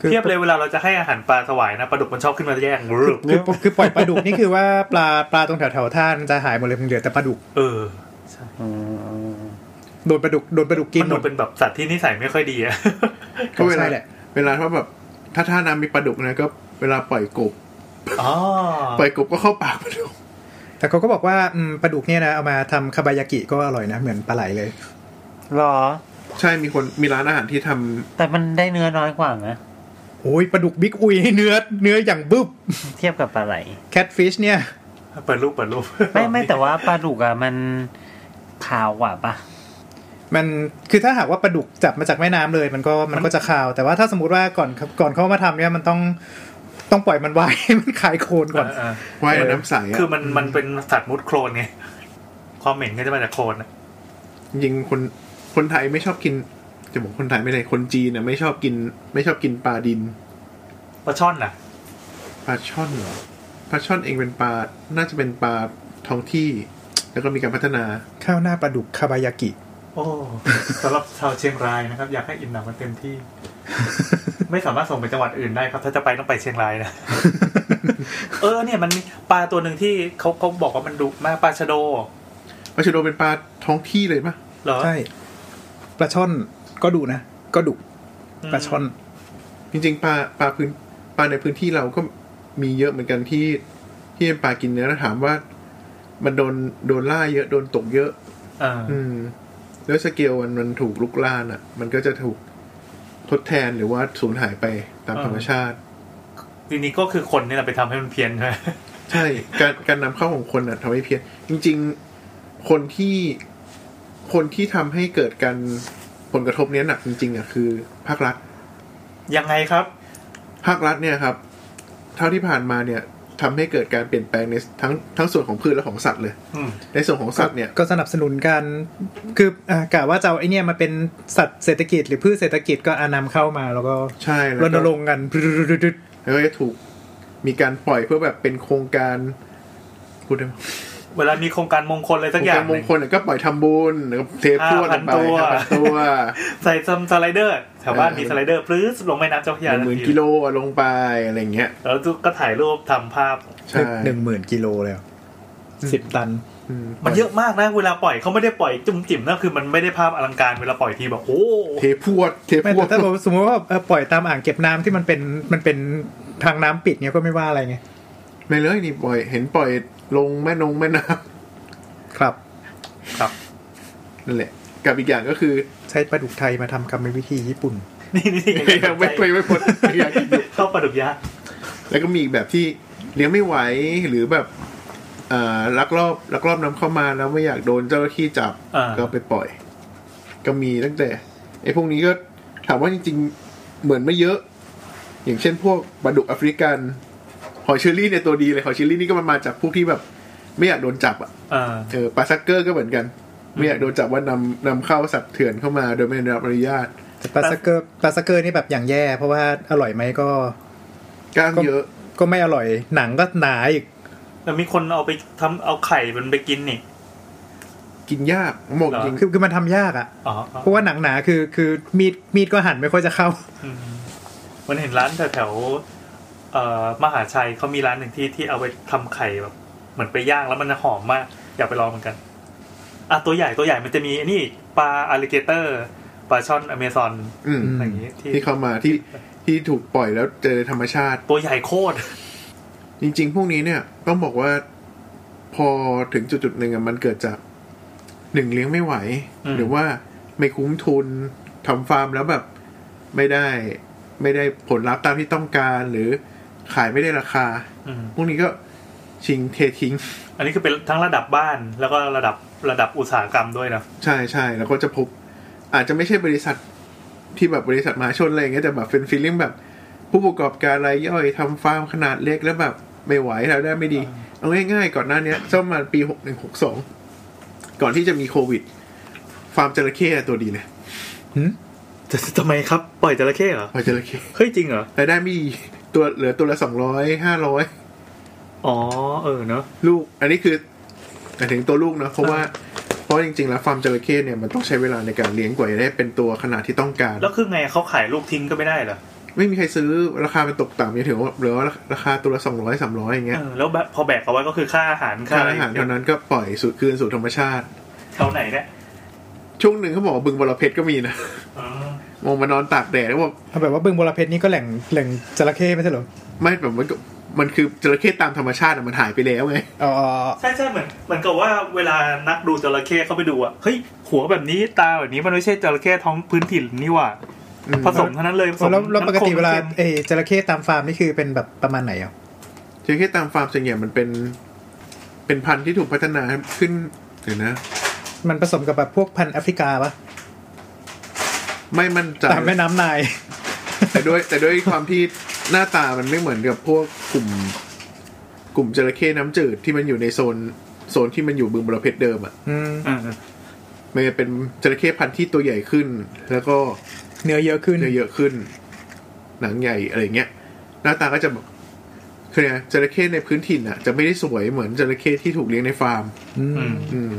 E: คือ
D: เทียบเลยเวลาเราจะให้อาหารปลาสวายนะปลาดุกมันชอบขึ้นมาแย่งรึบ
E: คือคือปล่อยปลาดุกนี่คือว่าปลาปลาตรงแถวแถวๆท่ามันจะหายหมดเลยมันเหลือแต่ปลาดุก
D: เออ
F: อืม
E: โดนปลาดุกโดนปลาดุกกิน
D: มัน
E: หม
D: ดู
E: ด
D: เป็นแบบสัตว์ที่นิสัยไม่ค่อยดีอะ
C: ก็เวลา
E: ใช่แหละ
C: เวลาถ้าแบบถ้าท่าน้ำมีปลาดุกนะก็เวลาปล่อยกบ
D: อ๋อ
C: ปล่อยกบก็เข้าปากปลาดุก
E: แต่เขาก็บอกว่าอืมปลาดุกเนี่ยนะเอามาทำคาบายากิก็อร่อยนะเหมือนปลาไหลเลย
F: หรอ
C: ใช่มีคนมีร้านอาหารที่ทำ
F: แต่มันได้เนื้อน้อยกว่าไหม
E: โอ้ยปลาดุกบิ๊กอุยเนื้อเนื้ออย่างบึ้บ
F: เทียบกับปลาไหล
E: แคทฟิชเนี่ย
D: เปิดรูปเปิดรูป
F: ไม่ไม่แต่ว่าปลาดุกอ่ะมันขาวกว่าปะ
E: มันคือถ้าหากว่าปลาดุกจับมาจากแม่น้ำเลย มันก็มันก็จะคาว แต่ว่าถ้าสมมติว่าก่อนก่อนเข้ามาทำเนี่ยมันต้องต้องปล่อยมันไว้ ให้มันคายโคลนก่อน
D: เออ
C: ว่ายน้ำใส
D: เออ
C: อะ
D: คือมันมันเป็นสัตว์มุดโคลนไงความเหม็นก็จะมาจากโคลนอะ
C: จริงๆคนคนไทยไม่ชอบกิน จะบอกคนไทยไม่ได้คนจีนน่ะไม่ชอบกิน ไม่ชอบกินปลาดิน
D: ปลาช่อนน่ะ
C: ปลาช่อนเหรอปลาช่อนเองเป็นปลาน่าจะเป็นปลาท้องที่ แล้วก็มีการพัฒนา
E: ข้าวหน้าปลาดุกคาบายากิ
D: โอ้สำหรับชาวเชียงรายนะครับ อยากให้อิ่มหนำกันเต็มที่ ไม่สามารถส่งไปจังหวัดอื่นได้ครับ ถ้าจะไปต้องไปเชียงรายนะ เออเนี่ยมันมีปลาตัวหนึ่งที่เขาเขาบอกว่ามันดุมากปลาชะโด
C: ปลาชะโดเป็นปลาท้องที่เลยปะ
D: เหรอ
E: ใช่ปลาช่อนก็ดุนะ ก็ดุ
D: ม
E: ปลาช่อน
C: จริง ๆ ปลาปลาพื้นปลาในพื้นที่เราก็มีเยอะเหมือนกันที่ที่เป็นปลากินเนื้อแล้วถามว่า มันโดนโดนล่าเยอะโดนตกเยอะ
D: เออ
C: อืม แล้วสเกลมันมันถูกลุกลานอ่ะ มันก็จะถูกทดแทนหรือว่าสูญหายไปตามธรรมชาติ
D: ทีนี้ก็คือคนนี่แหละไปทำให้มันเพี้ยนใช่ไหม
C: ใช่ การการนำเข้าของคนอ่ะทำให้เพี้ยนจริง ๆ คนที่คนที่ทำให้เกิดการผลกระทบเนี้ยหนักจริงๆอ่ะคือภาครัฐ
D: ยังไงครับ
C: ภาครัฐเนี่ยครับ เท่าที่ผ่านมาเนี่ยทำให้เกิดการเปลี่ยนแปลงในทั้งทั้งส่วนของพืชและของสัตว์เลย
D: อืม
C: ในส่วนของสัตว์เนี่ย
E: ก็สนับสนุนการคืออ่ากะว่าจะเอาไอเนี่ยมาเป็นสัตว์เศรษฐกิจหรือพืชเศรษฐกิจก็อานำเข้ามาแล้วก็
C: ใช่แล้ว
E: ร
C: ก็
E: ณรงค์กันดึดๆ
C: แล้วก็จะถูกมีการปล่อยเพื่อแบบเป็นโครงการพูดได้ไหม
D: เวลามีโครงการมงคลอะไรสักอย่าง
C: ม
D: ห
C: ง
D: นึ่ง
C: คลเนี่ยก็ปล่อยทำบุญแล้วก็เทพรวดลงไป
D: 5,000ตัว
C: ห้าพันตัว
D: ใส่ซัมสไลเดอร์แถวบ้าน
C: เออ
D: มีสไลเดอร์ปลื้สลงแม่น้ำเจ้าพระยา
C: หนึ่งหมื่น
D: ทัที
C: กิโลลงไปอะไรอย่างเงี้ย
D: แล้วก็ถ่ายรูปทำภาพ
C: ใช่
E: ๆหนึ่งหมื่นกิโลเลยอะสิบตัน
C: อื
D: มันเยอะมากนะเวลาปล่อยเขาไม่ได้ปล่อยจุ่มจิ๋มนะคือมันไม่ได้ภาพอลังการเวลาปล่อยทีแบบโอ้
C: เทพรวดเทพ
E: ไม่
C: รวด
E: แต่ถ้าบอกว่าสมมติว่าเอ่อปล่อยตามอ่างเก็บน้ำที่มันเป็นมันเป็นทางน้ำปิดเนี้ยก็ไม่ว่าอะไรไง
C: ไม่เลยนี่ปล่อยเห็นปล่อยลงแม่นงแม่น้
E: ครับ
D: ครับ
C: ำนั่นแหละ กับอีกอย่างก็คือ
E: ใช้ปลาดุกไทยมาทำกรรมวิธีญี่ปุ่น
D: นี่นี่นี่
C: ยังไม่ไปไม่พ้นยังกินอยู่
D: เข้าปลาดุกยักษ์
C: แล้วก็มีอีกแบบที่เลี้ยงไม่ไหวหรือแบบเอ่อลักลอบลักลอบนำเข้ามาแล้วไม่อยากโดนเจ้าหน้าที่จับ
D: อ่า
C: ก็ไปปล่อย ก็มีตั้งแต่ไอ้พวกนี้ก็ถามว่าจริงๆ เหมือนไม่เยอะ อย่างเช่นพวกปลาดุกแอฟริกันหอยเชอรี่เนี่ยตัวดีเลยหอยเชอรี่นี่ก็มันมาจากพวกที่แบบ ไม่อยากโดนจับอ่ะ
D: อ่า
C: เออปลาซักเกอร์ก็เหมือนกัน ไม่อยากโดนจับว่านำนำเข้าสัตว์เถื่อนเข้ามาโดยไม่ได้รับอนุญาต
E: แต่ปลาสเกอร์ปลาสเกอร์นี่แบบอย่างแย่ เพราะว่าอร่อยไหมก็
C: กล้างเยอะ
E: ก็ไม่อร่อยหนังก็หนาอีก
D: แล้วมีคนเอาไปทำเอาไข่มันไปกินนี่
C: กินยากหมก
D: เหรอ
C: จริง
E: คือคือมันทำยากอ่ะ
D: อ๋ออ๋อ
E: เพราะว่าหนังหนาคือคือมีดมีดก็หั่นไม่ค่อยจะเข้า
D: อืมมันเห็นร้านแถวแถวๆเอ่อมหาชัยเขามีร้านหนึ่งที่ที่เอาไปทำไข่แบบ เหมือนไปย่างแล้วมันหอมมาก อยากไปลองเหมือนกันอ่ะตัวใหญ่ตัวใหญ่มันจะมีไอ้นี่ปลาอ l ล i เกเตอร์ปลาช่อนอเมซอน
C: อืม
E: อืม
D: อะไรอย่างงี้ที่
C: ที่เข้ามาที่ที่ถูกปล่อยแล้วเจอธรรมชาติ
D: ตัวใหญ่โคตร
C: จริงๆ พวกนี้เนี่ยต้องบอกว่าพอถึงจุดๆหนึ่งอะมันเกิดจากหนึ่งเลี้ยงไม่ไหว
D: อืม
C: หรือว่าไม่คุ้มทุนทำฟาร์มแล้วแบบไม่ได้ไม่ได้ผลลัพธ์ตามที่ต้องการ หรือขายไม่ได้ราคา
D: อืม
C: พวกนี้ก็ชิงเททิ้ง
D: อันนี้คือเป็นทั้งระดับบ้านแล้วก็ระดับระดับอุตสาหกรรมด้วยนะ
C: ใช่ใช่แล้วก็จะพบ อาจจะไม่ใช่บริษัทที่แบบบริษัทมหาชนอะไรอย่างเงี้ยแต่แบบเป็นฟีลลิ่งแบบ ผู้ประกอบการรายย่อยทำฟาร์มขนาดเล็กแล้วแบบไม่ไหวแล้วได้ไม่ดี เอาง่ายๆ ก่อนหน้าเนี้ยสักประมาณปีหกหนึ่งหกสองก่อนที่จะมีโควิด ฟาร์มจระเข้ตัวดีเลย
D: จะทำไมครับ ปล่อยจระเข้เหรอ
C: ฟาร์มจระเข้
D: เฮ้ยจริงเหรอ
C: รายได้ไม่ดีตัวเหลือตัวละสองร้อยห้าร้อย
D: อ๋อเออเนาะ
C: ลูก อันนี้คือหมายถึงตัวลูกเนาะเพราะว่าเพราะจริงๆแล้วฟาร์มจระเข้เนี่ยมันต้องใช้เวลาในการเลี้ยงกว่าจะได้เป็นตัวขนาดที่ต้องการ
D: แล้วคือไงเขาขายลูกทิ้งก็ไม่ได้เหรอ
C: ไม่มีใครซื้อราคามันตกต่ำอย่างถือว่าหรือว่าราคาตัวละสองร้อยสามร้อยอย่างเงี้ย
D: เออแล้วแบบพอแบกเอาไว้ก็คือค่าอาหาร
C: ค่า
D: ะไ
C: อาหารเท่านั้นก็ปล่อยสู่คืนสู่ธรรมชาติ
D: แถวไหนเนี่ย
C: ช่วงหนึ่งเขาบอกว่าบึงบรเพชรก็มีนะ
D: อืม
C: มองมานอนตากแดดแล้วบอก
E: เอาแบบว่าบึงบรเพชรนี่ก็แหล่งแหล่งจระเข้ไม่ใช่เหรอ
C: ไม่แบบมันก็มันคือจระเข้ตามธรรมชาติอะมันหายไปแล้วไง
E: อ๋อ
D: ใช่ใช่เหมือนเหมือนกับว่าเวลานักดูจระเข้เขาไปดูอ่ะเฮ้ยหัวแบบนี้ตาแบบนี้มันไม่ใช่จระเข้ท้องพื้นถิ่นนี่หว่า
C: อืม
D: ผสมเท่านั้นเลยผสม
E: แล้วแล้วปกติเวลา
D: น้ำโคมน้ำค็ม
E: เออจระเข้ตามฟาร์มนี่คือเป็นแบบประมาณไหนอ่ะ
C: จระเข้ตามฟาร์มส่วนใหญ่มันเป็น เป็นพันธุ์ที่ถูกพัฒนาขึ้นเดี๋ยวนะ
E: มันผสมกับแบบพวกพันธุ์แอฟริกาปะ
C: ไม่มั่นใจ
E: ตามแม่น้ำนาย
C: แต่ด้วย แต่ด้วยความที่หน้าตามันไม่เหมือนกับพวกกลุ่ม กลุ่มจระเข้น้ำจืดที่มันอยู่ในโซนโซนที่มันอยู่บึงบรเพชรเดิมอะ
E: อืม
D: อ่า
C: มันจะเป็นจระเข้พันธุ์ที่ตัวใหญ่ขึ้น แล้วก็
E: เนื้อเยอะขึ้น
C: เนื้อเยอะขึ้น หนังใหญ่อะไรเงี้ย หน้าตาก็จะแบบคือไงจระเข้ในพื้นถิ่นอ่ะ จะไม่ได้สวยเหมือนจระเข้ที่ถูกเลี้ยงในฟาร์ม
E: อืม
D: อืม
C: อืม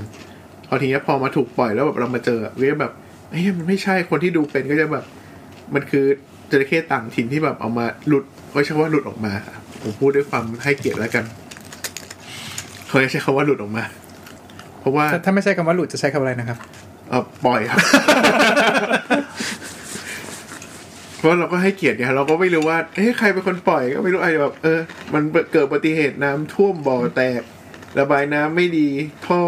C: พอทีเนี้ยพอมาถูกปล่อยแล้วแบบเรามาเจอเว้ยแบบเฮ้ยมันไม่ใช่คนที่ดูเป็นก็จะแบบ มันคือจระเข้ต่างถิ่นที่แบบเอามาหลุดก็ใช่ว่าหลุดออกมาผมพูดด้วยความให้เกียรติแล้วกันเขาจะใช้คำว่าหลุดออกมา เพราะว่า
E: ถ้าถ้าไม่ใช่คำว่าหลุดจะใช้คำอะไรนะครับ
C: เออปล่อยครับ เพราะเราก็ให้เกียรติเนี่ยเราก็ไม่รู้ว่าเฮ้ยใครเป็นคนปล่อยก็ไม่รู้อะไรแบบ เออ มันเกิดอุบัติเหตุน้ำท่วมบ่อแตก ระบายน้ำไม่ดีท่อ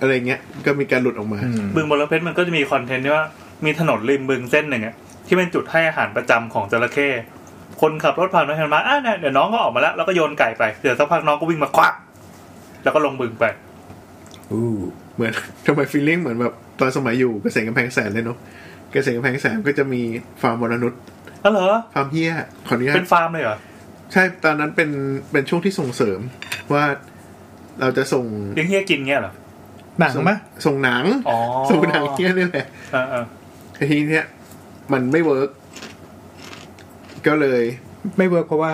C: อะไรเงี้ย ก็มีการหลุดออกมา
D: บึงบรเพชรมันก็จะมีคอนเทนต์ที่ว่ามีถนนริมบึงเส้นหนึ่งอ่ะที่เป็นจุดให้อาหารประจำของจระเข้คนขับรถผ่านไปผ่านมาอ่ะเนี่ยเดี๋ยวน้องก็ออกมาแล้วแล้วก็โยนไก่ไปเดี๋ยวสักพักน้องก็วิ่งมาควักแล้วก็ลงบึงไป
C: เหมือน ทำไมฟีลลิ่งเหมือนแบบตอนสมัยอยู่เกษตรกำแพงแสนเลยเนาะเกษตรกำแพงแสนก็จะมีฟาร์มวรนุช
D: อ๋อเหรอ
C: ฟาร์มเฮียขออนุญา
D: เป็
C: ต
D: นฟาร์มเลยเหรอ
C: ใช่ตอนนั้นเป็นเป็นช่วงที่ส่งเสริมว่าเราจะส่ง
D: เลี้ยงเฮียกินเงี้ยเหรอ
E: หนัง
C: ส่
E: มะ
C: ส่งหนัง
D: อ๋อ
C: ส่งหนังเฮียนี่แหละ
D: เออเออ
C: ทีเนี้ยมันไม่เวิร์กก็เลย
E: ไม่เวิร์กเพราะว่า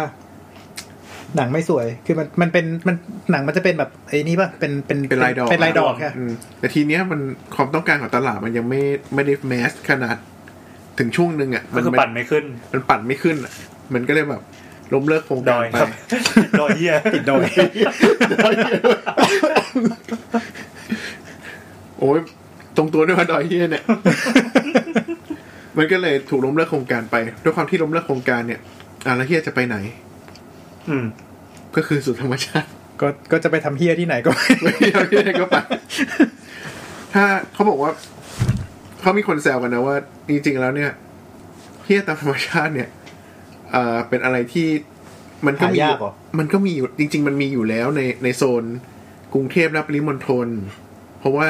E: หนังไม่สวย คือมันมันเป็นมันหนังมันจะเป็นแบบไอ้นี่ป่ะเป็นเป็น
C: เป็นลายดอก
E: เป็นลายดอกค่ะ
C: อืมแต่ทีเนี้ยมันความต้องการของตลาดมันยังไม่ไม่ได้แมสขนาด ถึงช่วงหนึ่งอ่ะ
D: ก็
C: มั
D: คือ
C: ไม่
D: ปั่นไม่ขึ้น
C: มันปั่นไม่ขึ้นอะมันก็เลยแบบล้มเลิกโครง
D: ด
C: การ
D: อย
C: ไป
D: ครับ ดอยเฮียติดดอย
C: โอ้ยตรงตัวด้วยว่าดอยเฮีย เนี่ย มันก็เลยถูกล้มเลิกโครงการไป ด้วยความที่ล้มเลิกโครงการเนี่ยอ่ะแล้วเฮียจะไปไหน
D: อืม
C: ก็คือสู่ธรรมชาติ
E: ก็ก็จะไปทำเฮียที่ไหนก็ไม่
C: ไม่เที่ยวที่ไหนก็ไป ถ้าเขาบอกว่า เขามีคนแซวกันนะว่า จริงๆแล้วเนี่ยเที่ยตามธรรมชาติเนี่ยเอ่อเป็นอะไรที่มันก็มีอย
E: หาาก
C: ยู่
E: เหรอ
C: มันก็มีอยู่จริง ๆ มันมีอยู่แล้วในในโซนกรุงเทพและปริมณฑลเพราะว่า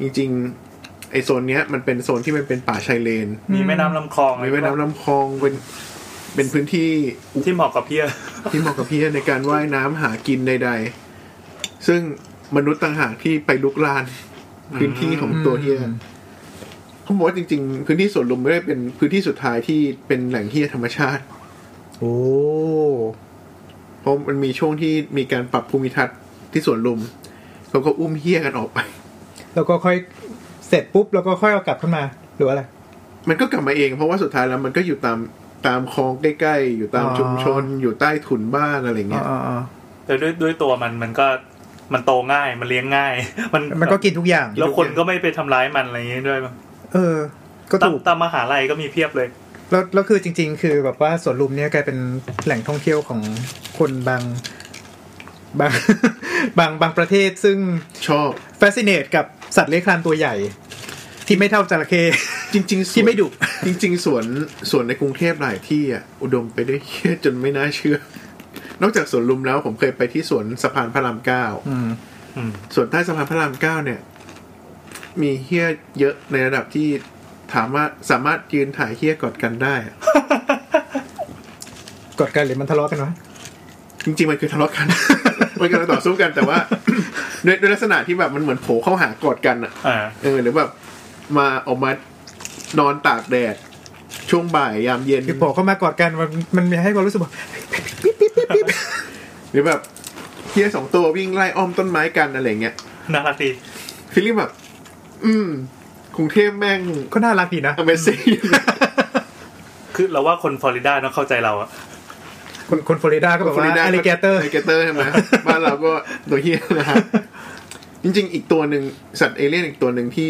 C: จริง ๆ ไอโซนเนี้ย มันเป็นโซนที่มันเป็นป่าชายเลน
D: มีแม่น้ำลำคลอง
C: มีแม่น้ำลำคลองเป็นเป็นพื้นที่
D: ที่เหมาะกับเฮีย
C: ที่เหมาะกับพี่ในการว่ายน้ำหากินใดๆ ซึ่งมนุษย์ต่างหากที่ไปลุกลาน พื้นที่ของตัวเฮียเขาบอกว่าจริงๆ พื้นที่สวนลุมไม่ได้เป็นพื้นที่สุดท้ายที่เป็นแหล่งเฮียธรรมชาติ
E: โอ้
C: เพราะมันมีช่วงที่มีการปรับภูมิทัศน์ที่สวนลุมเขาก็อุ้มเฮียกันออกไป
E: แล้วก็ค่อยเสร็จปุ๊บแล้วก็ค่อยเอากลับขึ้นมา หรือว่าอะไร
C: มันก็กลับมาเอง เพราะว่าสุดท้ายแล้วมันก็อยู่ตามตามคลองใกล้ๆ อยู่ตาม
E: อ๋อ
C: ชุมชน อยู่ใต้ถุนบ้านอะไร
E: อ๋
C: เงี้ย
E: ออ๋อ
D: แต่ด้วยด้วยตัวมันมันก็มันโตง่ายมันเลี้ยงง่าย มัน
E: มันก็กินทุกอย่าง
D: แล้วคนก็ไม่ไปทำร้ายมันอะไรอย่างเงี้ยด้วยมั้ง
E: เออ ก็
D: ตาม
E: ถูก
D: ตามมหาลัยก็มีเพียบเลย
E: แล้วแล้วคือจริง ๆ คือแบบว่าสวนลุมเนี่ยกลายเป็นแหล่งท่องเที่ยวของคนบางบาง บางบางประเทศซึ่ง
C: ชอบ
E: fascinate กับสัตว์เลื้อยคลานตัวใหญ่ ที่ไม่เท่าจระเข้
C: จริงๆสวน
E: ที่ไม่ดุ
C: จริง ๆ สวนสวนในกรุงเทพหลายที่อ่ะอุดมไปด้วยเหี้ยจนไม่น่าเชื่อ นอกจากสวนลุมแล้วผมเคยไปที่สวนสะพานพระรามเก้า
E: อืม
D: อืม
C: สวนใต้สะพานพระรามเก้าเนี่ย มีเฮี้ยเยอะในระดับที่ถามว่าสามารถยืนถ่ายเฮี้ยกอดกันได้อะ
E: กดกันหรือมันทะเลาะกันวะ
C: จริง ๆ มันคือทะเลาะกัน มันกำลังต่อสู้กันแต่ว่า ด้วยด้วยลักษณะที่แบบมันเหมือนโผล่เข้าหากอดกันอ่ะ
D: อ่า
C: เออหรือแบบมาออกมานอนตากแดดช่วงบ่ายยามเย็น
E: คือพอเข้ามากอดกันมันมันมีให้ความรู้สึกว่า
C: หรือแบบเฮียสองตัววิ่งไล่อ้อมต้นไม้กันอะไรเงี้ย
D: น่ารักดี
C: ฟีลลิ่งแบบ อืมกรุงเทพแม่ง
E: ก็น่ารักดีนะ
C: Amazing
D: คือเราว่าคนฟลอริดาต้องเข้าใจเราอะ
E: คนคนฟลอริดาก็แบบว่าอ l ิเกเตอร์
C: อลิเกเตอร์ใช่ไห มบ้านเราก็ตัวเฮียนะฮะจริง ๆ อีกตัวหนึ่งสัตว์เอเลี่ยนอีกตัวหนึ่งที่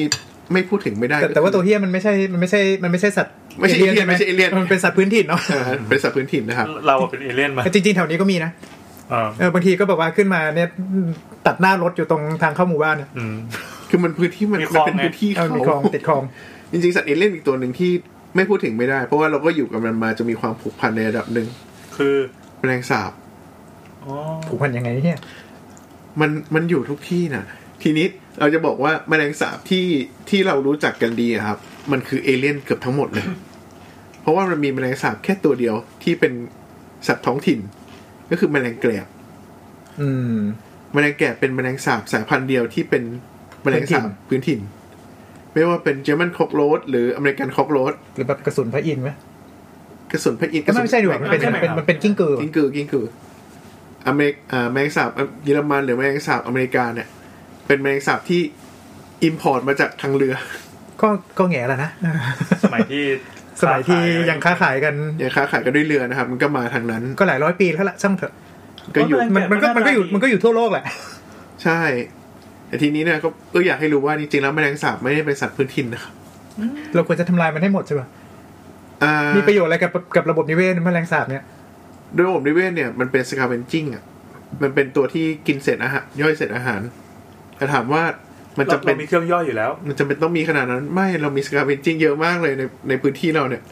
C: ไม่พูดถึงไม่ได้ก็
E: แต่
C: คือ
E: แต่ว่าตัวเฮียมันไม่ใช่มันไม่ใช่มันไม่ใช่สัตว์
C: ไม่ใช่ alien
E: ใช่ห
C: ไม่ใช่ alien
E: มันเป็นสัตว์พื้นถิ่น เนาะ
C: อ่าเป็นสัตว์พื้นถิ่นนะครับ
D: เราอะเป็นเอเลี่ยนมา
E: แต่จริงๆแถวนี้ก็มีนะ
D: อ่า
E: เออบางทีก็แบบว่าขึ้นมาเนี่ยตัดหน้ารถอยู่ตรงทางเข้าหมู่บ้าน เนี่ย
D: อืม
C: คือมันพื้นที่มัน
D: มีคล
C: มัน
D: อง
C: เป็น
D: ไง
C: พื้นที่
E: เออ
C: เขา
E: มีคลองติดคลอง
C: จริงๆสัตว์เอเลี่ยนอีกตัวหนึ่งที่ไม่พูดถึงไม่ได้ เพราะว่าเราก็อยู่กับมันมาจะมีความผูกพันในระดับหนึ่ง
D: คือ
C: แมลงสาบ
D: อ๋อ
E: ผูกพันยังไงเนี่ย
C: มันมันอยู่ทุกที่นะทีนี้เราจะบอกว่าแมลงสาบที่ที่เรารู้จักกันดีอะครับ มันคือเอเลี่ยนเกือบทั้งหมดเลย เพราะว่ามันมีแมลงสาบแค่ตัวเดียวที่เป็นสัตว์ท้องถิ่น ก็คือแมลงแกลบ
E: อืม
C: แมลงแกลบเป็นแมลงสาบสายพันธุ์เดียวที่เป็นแมลงสาบพื้นถิ่น ไม่ว่าเป็นเจอร์มันคอกโรสหรืออเมริกันคอกโรส
E: หรือแบบกระสุนพระอินทร์ไหม
C: กระสุนพระอินทร์
E: ก็ไม่ใช่ดีกว่ามันเป็นมันเป็นมันเป็นกิ้งกือ
C: กิ้งกือกิ้งกืออเมริกอ่าแมลงสาบเยอรมันหรือแมลงสาบอเมริกาเนี่ยเป็นแมลงสาบที่อิมพอร์ตมาจากทางเรือ
E: ก็ก็แง่แล้วนะ
D: สมัยที่
E: สมัยที่ยังค้าขายกัน
C: ยังค้าขายกันด้วยเรือนะครับ มันก็มาทางนั้น
E: ก็หลายร้อยปีแล้วล่ะช่างเถอะ
C: ก็อยู่
D: ก็เลย
E: มันมันก็มันก็อยู่มันก็อยู่ทั่วโลกแหละ
C: ใช่ แต่ทีนี้เนี่ยก็ก็อยากให้รู้ว่าจริงๆแล้วแมลงสาบไม่ได้เป็นสัตว์พื้นถิ่นนะครับ
E: เราควรจะทำลายมันให้หมดใช่ป่ะ
C: อ่า
E: มีประโยชน์อะไรกับกับระบบนิเวศแมลงสาบเนี่ย
C: ด้วยระบบนิเวศเนี่ยมันเป็นสคาเวนจิ้งอ่ะมันเป็นตัวที่กินเศษอาหารย่อยเศษอาหารแต่ถามว่ามัน
D: เรา
C: จะเป็น
D: เรามีเครื่องย่อยอยู่แล้ว
C: มันจะเป็นต้องมีขนาดนั้นไม่เรามีสคาเวนจิ้งเยอะมากเลยในในพื้นที่เราเนี่ย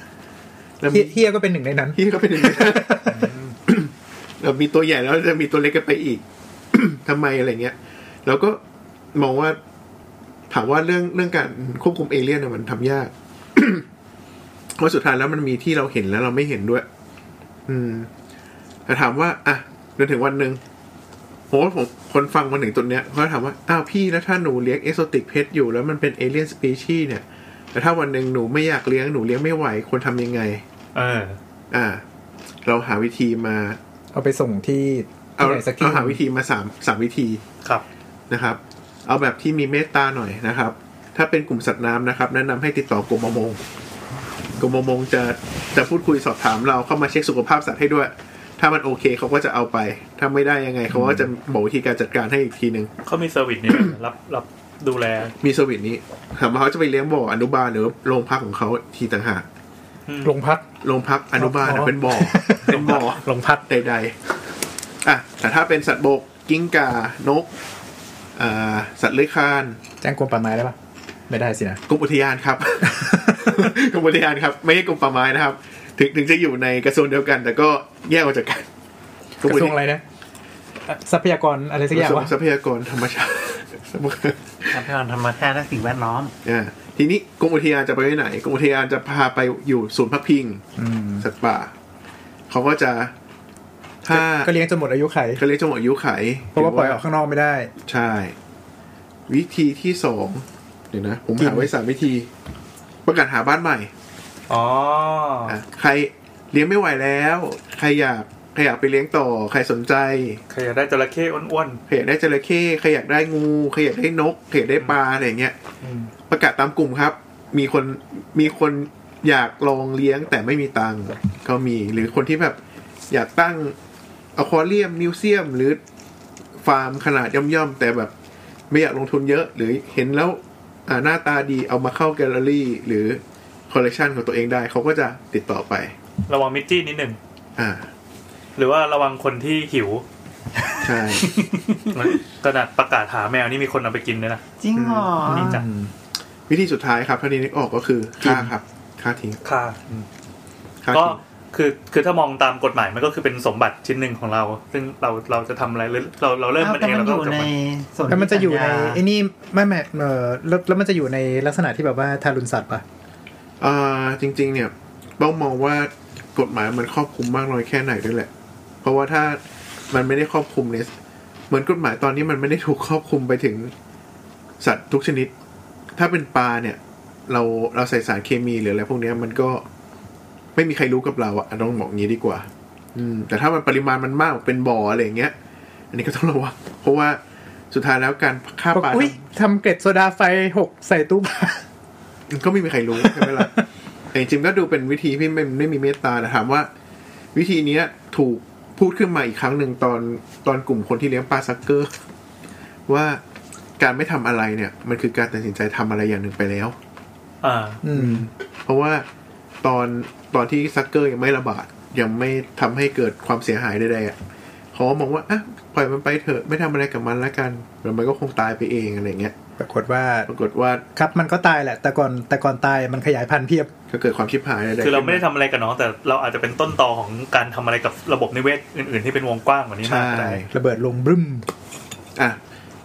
C: เรามี
E: เหี้ยเฮียก็เป็นหนึ่งในนั้น
C: ที่ก็เป็นอย่างนี้ เรามีตัวใหญ่แล้วจะมีตัวเล็กกันไปอีก ทำไมอะไรเงี้ยเราก็มองว่าถามว่าเรื่องเรื่องการควบคุมเอเลี่ยนน่ะมันทำยาก เพราะสุดท้ายแล้วมันมีที่เราเห็นแล้วเราไม่เห็นด้วย อืมแต่ถามว่า อ่ะจนถึงวันหนึ่งโหผมคนฟังมาถึงตรงเนี้ยเขาถามว่า อ้าวพี่แล้วถ้าหนูเลี้ยงเอ็กโซติกเพชอยู่แล้วมันเป็นเอเลียนสปีชีเนี่ย แต่ถ้าวันหนึ่งหนูไม่อยากเลี้ยงหนูเลี้ยงไม่ไหวควรทำยังไง
D: เออ
C: อ่า เราหาวิธีมา
E: เอาไปส่งที่
C: เอา
E: ที่ไหนสักที่
C: เราหาวิธีมาสามสามวิธี
D: ครับ
C: นะครับ เอาแบบที่มีเมตตาหน่อยนะครับ ถ้าเป็นกลุ่มสัตว์น้ำนะครับ แนะนำให้ติดต่อกรมประมงกรมประมงจะจะพูดคุยสอบถามเราเข้ามาเช็คสุขภาพสัตว์ให้ด้วย ถ้ามันโอเคเขาก็จะเอาไป ถ้าไม่ได้ยังไงเขาก็จะบอกวิธีการจัดการให้อีกทีหนึ่ง
D: เขามีเซอร์วิสนี้ด้วย รับรับดูแล
C: มีเซอร์วิสนี้ถามว่าเขาจะไปเลี้ยงบ่ออนุบาลหรือโรงพักของเขาทีต่างหาก
E: โรงพัก
C: โรงพักอนุบาลน่ะเป็นบ่อเป็นบ่อ
E: โรงพัก
C: ใดๆ อ่ะ แต่ถ้าเป็นสัตว์บก กิ้งก่า นก อ่า สัตว์เลื้อยคลาน
E: แจ้งกรมป่าไม้ได้ปะไม่ได้สินะ
C: กรมอุทยานครับ กรมอุทยานครับ ไม่ใช่กรมป่าไม้นะครับ ถึงถึงจะอยู่ในกระทรวงเดียวกัน แต่ก็แยกออกจากกัน
E: กระทรวงอะไรนะ ทรัพยากรอะไรสัก
C: ก
E: อ
C: ระ
E: ย่าง
C: ทรวง
E: วะ
C: ทรัพยากรธรรมชาติ
F: ทรัพยากรธรรมชาติและสิ่งแวดล้อม
C: อ่าทีนี้กรมอุทยานจะไปไว้ไหนกรมอุทยานจะพาไปอยู่ศูนย์พักพิง
E: อืม
C: สัตว์ป่า เขาก็จะถ้า
E: ก็เลี้ยงจนหมดอายุไข
C: เขาเรียกจังหวะอายุไข
E: เพราะว่าปล่อยออกข้างนอกไม่ได้
C: ใช่ วิธีที่สองเดี๋ยวนะ ผม
E: กิน
C: หาไว้สามวิธี ประกาศหาบ้านใหม่
D: อ๋อ
C: อ่ะใครเลี้ยงไม่ไหวแล้ว ใครอยากใครอยากไปเลี้ยงต่อ ใครสนใจ
D: ใครอยากได้จระเข้อ้วน
C: ใครอยากได้จระเข้ใครอยากได้งูใครอยากได้นกใครอยากได้ปลาอะไรอย่างเงี้ย
D: ๆอืม
C: ประกาศตามกลุ่มครับ มีคนมีคนอยากลองเลี้ยงแต่ไม่มีตังค์ก็มี หรือคนที่แบบอยากตั้งอควาเรียมมิวเซียม หรือฟาร์มขนาดย่อมๆ แต่แบบไม่อยากลงทุนเยอะ หรือเห็นแล้วอ่าหน้าตาดีเอามาเข้าแกลเลอรี่ หรือคอลเลกชันของตัวเองได้เขาก็จะติดต่อไประ
D: วังมิจจี้นิดหนึ่ง
C: อ่า
D: หรือว่าระวังคนที่หิว
C: ใช่
D: กระดาษประกาศหาแมวนี่มีคนเอาไปกินด้วยนะ
F: จริงเหรอ
D: นี่จ้ะ
C: วิธีสุดท้ายครับเท่านี้นึกออกก็คือค่าครับค่าทิ้ง
D: ค่ะ
C: ค่า
D: ก็
C: ทิ้ง
D: คือคือถ้ามองตามกฎหมายมันก็คือเป็นสมบัติชิ้นหนึ่งของเรา ซึ่งเราเราจะทำอะไรหรือเราเราเริ่ม
F: เอา
D: มัน
F: แต่
D: เอง
F: มัน
D: แล้ว
F: อ
D: ก็
F: ยู่
D: จบ
F: ใน
D: มัน
F: ส่วน
E: แล้วมันจะอยู่ใน
F: ที่สัญญา
E: ไอ้นี่ไม่แม่เออแล้วแล้วมันจะอยู่ในลักษณะที่แบบว่าทารุณสัตว์ปะ
C: อ่าจริง ๆ เนี่ยต้องมองว่ากฎหมายมันครอบคลุมมากน้อยแค่ไหนด้วยแหละ เพราะว่าถ้ามันไม่ได้ครอบคลุมเนี่ยเหมือนกฎหมายตอนนี้มันไม่ได้ถูกครอบคลุมไปถึงสัตว์ทุกชนิด ถ้าเป็นปลาเนี่ย เราเราใส่สารเคมีหรืออะไรพวกเนี้ยมันก็ไม่มีใครรู้กับเราอะอ่ะต้องบอกงี้ดีกว่า อืม แต่ถ้ามันปริมาณมันมากเป็นบ่ออะไรอย่างเงี้ย อันนี้ก็ต้องระวังเพราะว่าสุดท้ายแล้วการฆ่า
E: บอก
C: ปลา
E: อุ้ยทำเกล็ดโซดาไฟหกใส่ตู้ปลา
C: ก็ไม่มีใครรู้ ใช่ไหมล่ะ แต่จริงๆก็ดูเป็นวิธีที่ไม่ไม่มีเมตตาแต่ถามว่า วิธีเนี้ยถูกพูดขึ้นมาอีกครั้งหนึ่งตอนตอนกลุ่มคนที่เลี้ยงปลาซักเกอร์ ว่าการไม่ทำอะไรเนี่ย มันคือการตัดสินใจทำอะไรอย่างหนึ่งไปแล้ว
D: อ่า
E: อืม
C: เพราะว่าตอนตอนที่ซักเกอร์ยังไม่ระบาด ยังไม่ทำให้เกิดความเสียหายใดๆอ่ะเขาก็มองว่าอ่ะปล่อยมันไปเถอะไม่ทำอะไรกับมันละกันเดี๋ยวมันก็คงตายไปเองอะไรเงี้ย
E: ปรากฏว่า
C: ปรากฏว่า
E: ครับมันก็ตายแหละ แต่ก่อนแต่ก่อนตายมันขยายพันธุ์เพียบ
C: ก็เกิดความชิบหายใดๆ
D: คือเราไม่ได้
C: ขึ้น
D: ทำอะไรกับน้องแต่เราอาจจะเป็นต้นตอของการทำอะไรกับระบบนิเวศอื่น ๆ ที่เป็นวงกว้างกว่านี้มากก็ได้
C: ใช่
E: ระเบิดลงบึ้ม
C: อ่ะ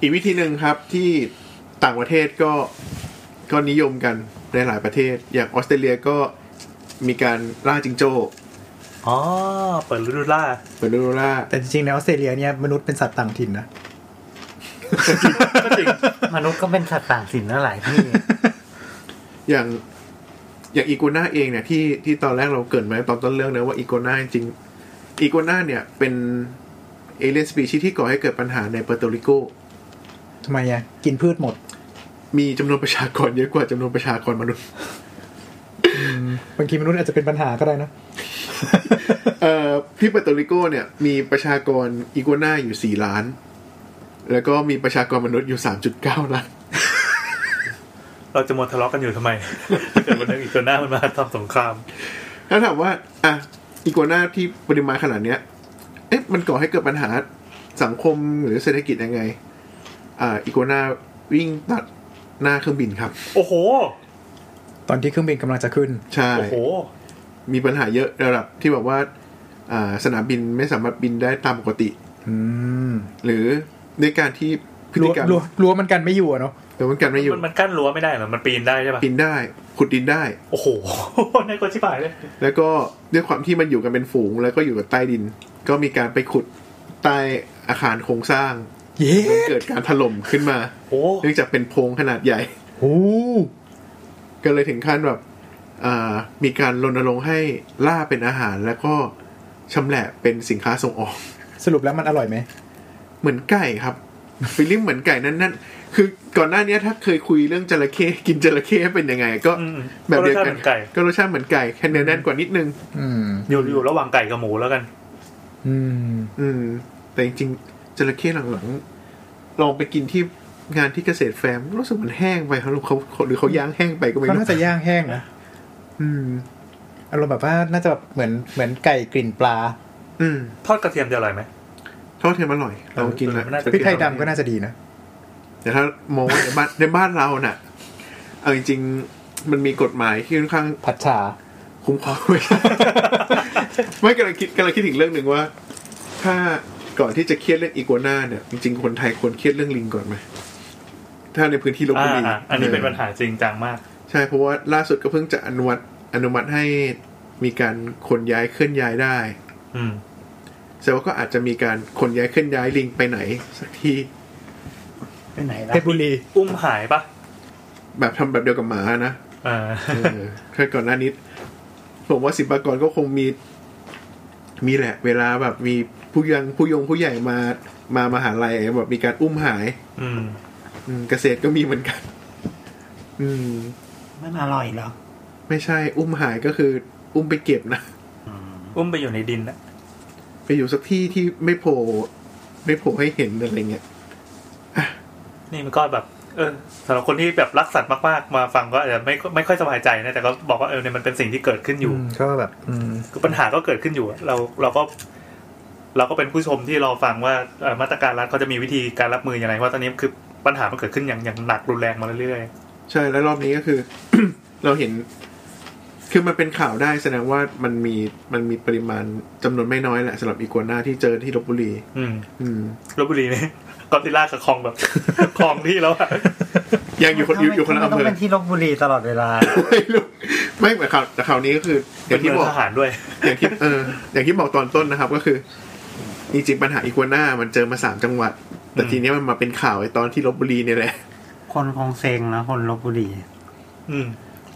C: อีกวิธีหนึ่งครับที่ต่างประเทศก็ก็นิยมกันในหลายประเทศ อย่างออสเตรเลียก็มีการล่าจิงโจ้
D: อ๋อเปิดฤดูล่า
C: เปอร์ดูล่า
E: แต่จริงๆในออสเตรเลียเนี่ยมนุษย์เป็นสัตว์ต่างถิ่นนะ
D: ก็จริง
F: มนุษย์ก็เป็นสัตว์ต่างถิ่นนะหลาย ที่
C: อย่างอย่างอีกัวน่าเองเนี่ยที่ที่ตอนแรกเราเกริดไว้ตอนต้นเรื่องนะว่าอีกัวน่าจริงอีกัวน่าเนี่ยเป็นเอเลียนสปีชีที่ก่อให้เกิดปัญหาในเปอร์โตริโก
E: ทำไมอ่ะ กินพืชหมด
C: มีจำนวนประชากรเยอะกว่าจำนวนประชากรมนุษย์
E: บางทีมนุษย์อาจจะเป็นปัญหาก็ได้นะ
C: เอ่อที่เปอร์โตริโกเนี่ย มีประชากรอีกัวน่าอยู่สี่ล้าน แล้วก็มีประชากรมนุษย์อยู่สามจุดเก้าล้าน
D: เราจะมัวทะเลาะกันอยู่ทำไม ถ้าเกิดวันหนึงอีกตัวหน้ามันมาทำสงคราม
C: ถ้าถามว่า อ่ะ อีกัวน่าที่ปริมาณขนาดเนี้ย เอ๊ะ มันก่อให้เกิดปัญหาสังคมหรือเศรษฐกิจยังไง อ่า อีกัวน่าวิ่งตัดหน้าเครื่องบินครับ
D: โอ้โห
E: ตอนที่เครื่องบินกำลังจะขึ้น
C: ใช่
D: โอ้โห
C: มีปัญหาเยอะระดับที่แบบว่า อ่า สนามบินไม่สามารถบินได้ตามปกติ
E: อืม
C: หรือในการที่พฤ
E: รั้
C: ติ
E: ว
C: กรรม
E: รั้วรั้วมันกันไม่อยู่อะเนาะ
C: แต่มันกันไม่อยู่
D: มันมันกั้นรั้วไม่ได้เหรอมันปีนได้ใช่ปะ
C: ปีนได้ ขุดดินได้
D: โอ้โห ในายกดชิบหายเลย
C: แล้วก็ด้วยความที่มันอยู่กันเป็นฝูง แล้วก็อยู่กับใต้ดิน ก็มีการไปขุดใต้อาคารโครงสร้าง
E: เย้
C: จนเกิดการถล่มขึ้นมา
D: โอ้
C: เนื่องจากเป็นโพรงขนาดใหญ่
E: โอ้
C: ก็เลยถึงขั้นแบบอ่ามีการรณรงค์ให้ล่าเป็นอาหารแล้วก็ชำแหละเป็นสินค้าส่งออก
E: สรุปแล้วมันอร่อยไหม
C: เหมือนไก่ครับ ฟิลลิ่งเหมือนไก่นั่นนั่นคือก่อนหน้านี้ถ้าเคยคุยเรื่องจระเข้กินจระเข้เป็นยังไง ก็
D: อืม
C: แบบเดียว
D: รสชา
C: กัน
D: ติหมือไก่
C: ก็รสชาติเหมือนไก่แค่เนื้อแน่นกว่านิดนึง
E: อืม
D: อยู่อยู่ระหว่างไก่กับหมูแล้วกัน
E: อืม
C: อืม แต่จริงๆจระเข้หลังๆลองไปกินที่งานที่เกษตรแฟร์มรู้สึกมันแห้งไปเขาเขาหรือเขาย่างแห้งไปก็ไม่
E: เขา
C: รู้
E: น่าจะย่างแห้งนะ
C: อืม
E: อารมณ์แบบว่าน่าจะแบบเหมือนเหมือนไก่กลิ่นปลา
C: อืม
D: ทอดกระเทียมจะอร่อยไหม
C: ทอดเทียมอร่อยลองกิน
D: มันน่าจะ
E: พริกไทยดำก็น่าจะดีนะ
C: แต่ถ้ามองว่าในบ้านในบ้านเราน่ะเอาจริงๆมันมีกฎหมายที่ค่อนข้าง
E: ผัดชา
C: คุ้มครองไว้ ไม่กำลังคิดกำลังคิดถึงเรื่องหนึ่งว่า ถ้าก่อนที่จะเครียดเรื่องอีกัวน่าเนี่ย จริงๆ คนไทยควรเครียดเรื่องลิงก่อนไหมถ้าในพื้นที่ลบ
D: อ่า
C: บุรี
D: อ่ะอันนี้เป็นปัญหาจริงจังมาก
C: ใช่เพราะว่าล่าสุดก็เพิ่งจะอนุมัติอนุมัติให้มีการขนย้ายเคลื่อนย้ายได้
D: อืม
C: แต่ว่าก็อาจจะมีการขนย้ายเคลื่อนย้ายลิงไปไหน สักที
F: ไปไหนละ
E: เพชรบุรี
D: อุ้มหายปะ
C: แบบทำแบบเดียวกับหมานะ
D: อ่ า
C: เออแค่ก่อนหน้านี้ผมว่าสิบปากรก็คงมี มีแหละ เวลาแบบมีผู้ยังผู้ยงผู้ใหญ่มามามหาลัยแบบมีการอุ้มหาย
D: อืม
C: อืมเกษตรก็มีเหมือนกัน อืม
F: มันอร่อยเหรอ
C: ไม่ใช่ อุ้มหายก็คือ อุ้มไปเก็บนะ
F: อืม
D: อุ้มไปอยู่ในดินนะ
C: ไปอยู่สักที่ที่ไม่โผล่ไม่โผล่ให้เห็นอะไรเงี้ย
D: นี่มันก็แบบ เออสำหรับคนที่แบบรักสัตว์มากๆ มาฟังก็อาจจะไม่ไม่ค่อยสบายใจนะ แต่ก็บอกว่าเออเนี่ยมันเป็นสิ่งที่เกิดขึ้นอยู่
E: อืมก็แบบ อืม
D: คือปัญหาก็เกิดขึ้นอยู่อะเราเราก็ เราก็เป็นผู้ชมที่รอฟังว่าเอ่อมาตรการรัฐเขาจะมีวิธีการรับมือยังไงเพราะตอนนี้คือปัญหามันเกิดขึ้นอย่างอย่างหนักรุนแรงมาเรื่อย
C: ใช่แล้วรอบนี้ก็คือ เราเห็น คือมันเป็นข่าวได้แสดงว่ามันมีมันมีปริมาณจำนวนไม่น้อยแหละสำหรับอีกัวน่าที่เจอที่ลบบุรี
D: ๆ อืม
C: อืม
D: ลบบุรีเนี่ยกอติล่ากับคลองแบบ คลองที่แล้วอะ
C: ยังอยู่คนอยู่อยู่คนละ
F: ทำ
C: อำ
F: ไมต้อ
C: เภ
F: ง
C: อ
F: เป็นที่ลบบุรีตลอดเวลา
C: ไม่รู้ไม่แต่ข่าวแต่ข่าวนี้ก็คืออ
D: เป็
C: ย่าน งที่
D: เมือบ ง
C: อก
D: ทหารด้วย
C: อย่างที่เอออย่างที่บอกตอนต้นนะครับก็คือจริงๆปัญหาอีกัวน่ามันเจอมาสามจังหวัด แต่
D: อืม
C: ทีเนี้ยมันมาเป็นข่าวไอ้ตอนที่ลบบุรีเนี่ยแหละ
F: คนคงเซ็งนะคนลบบุรี
D: อืม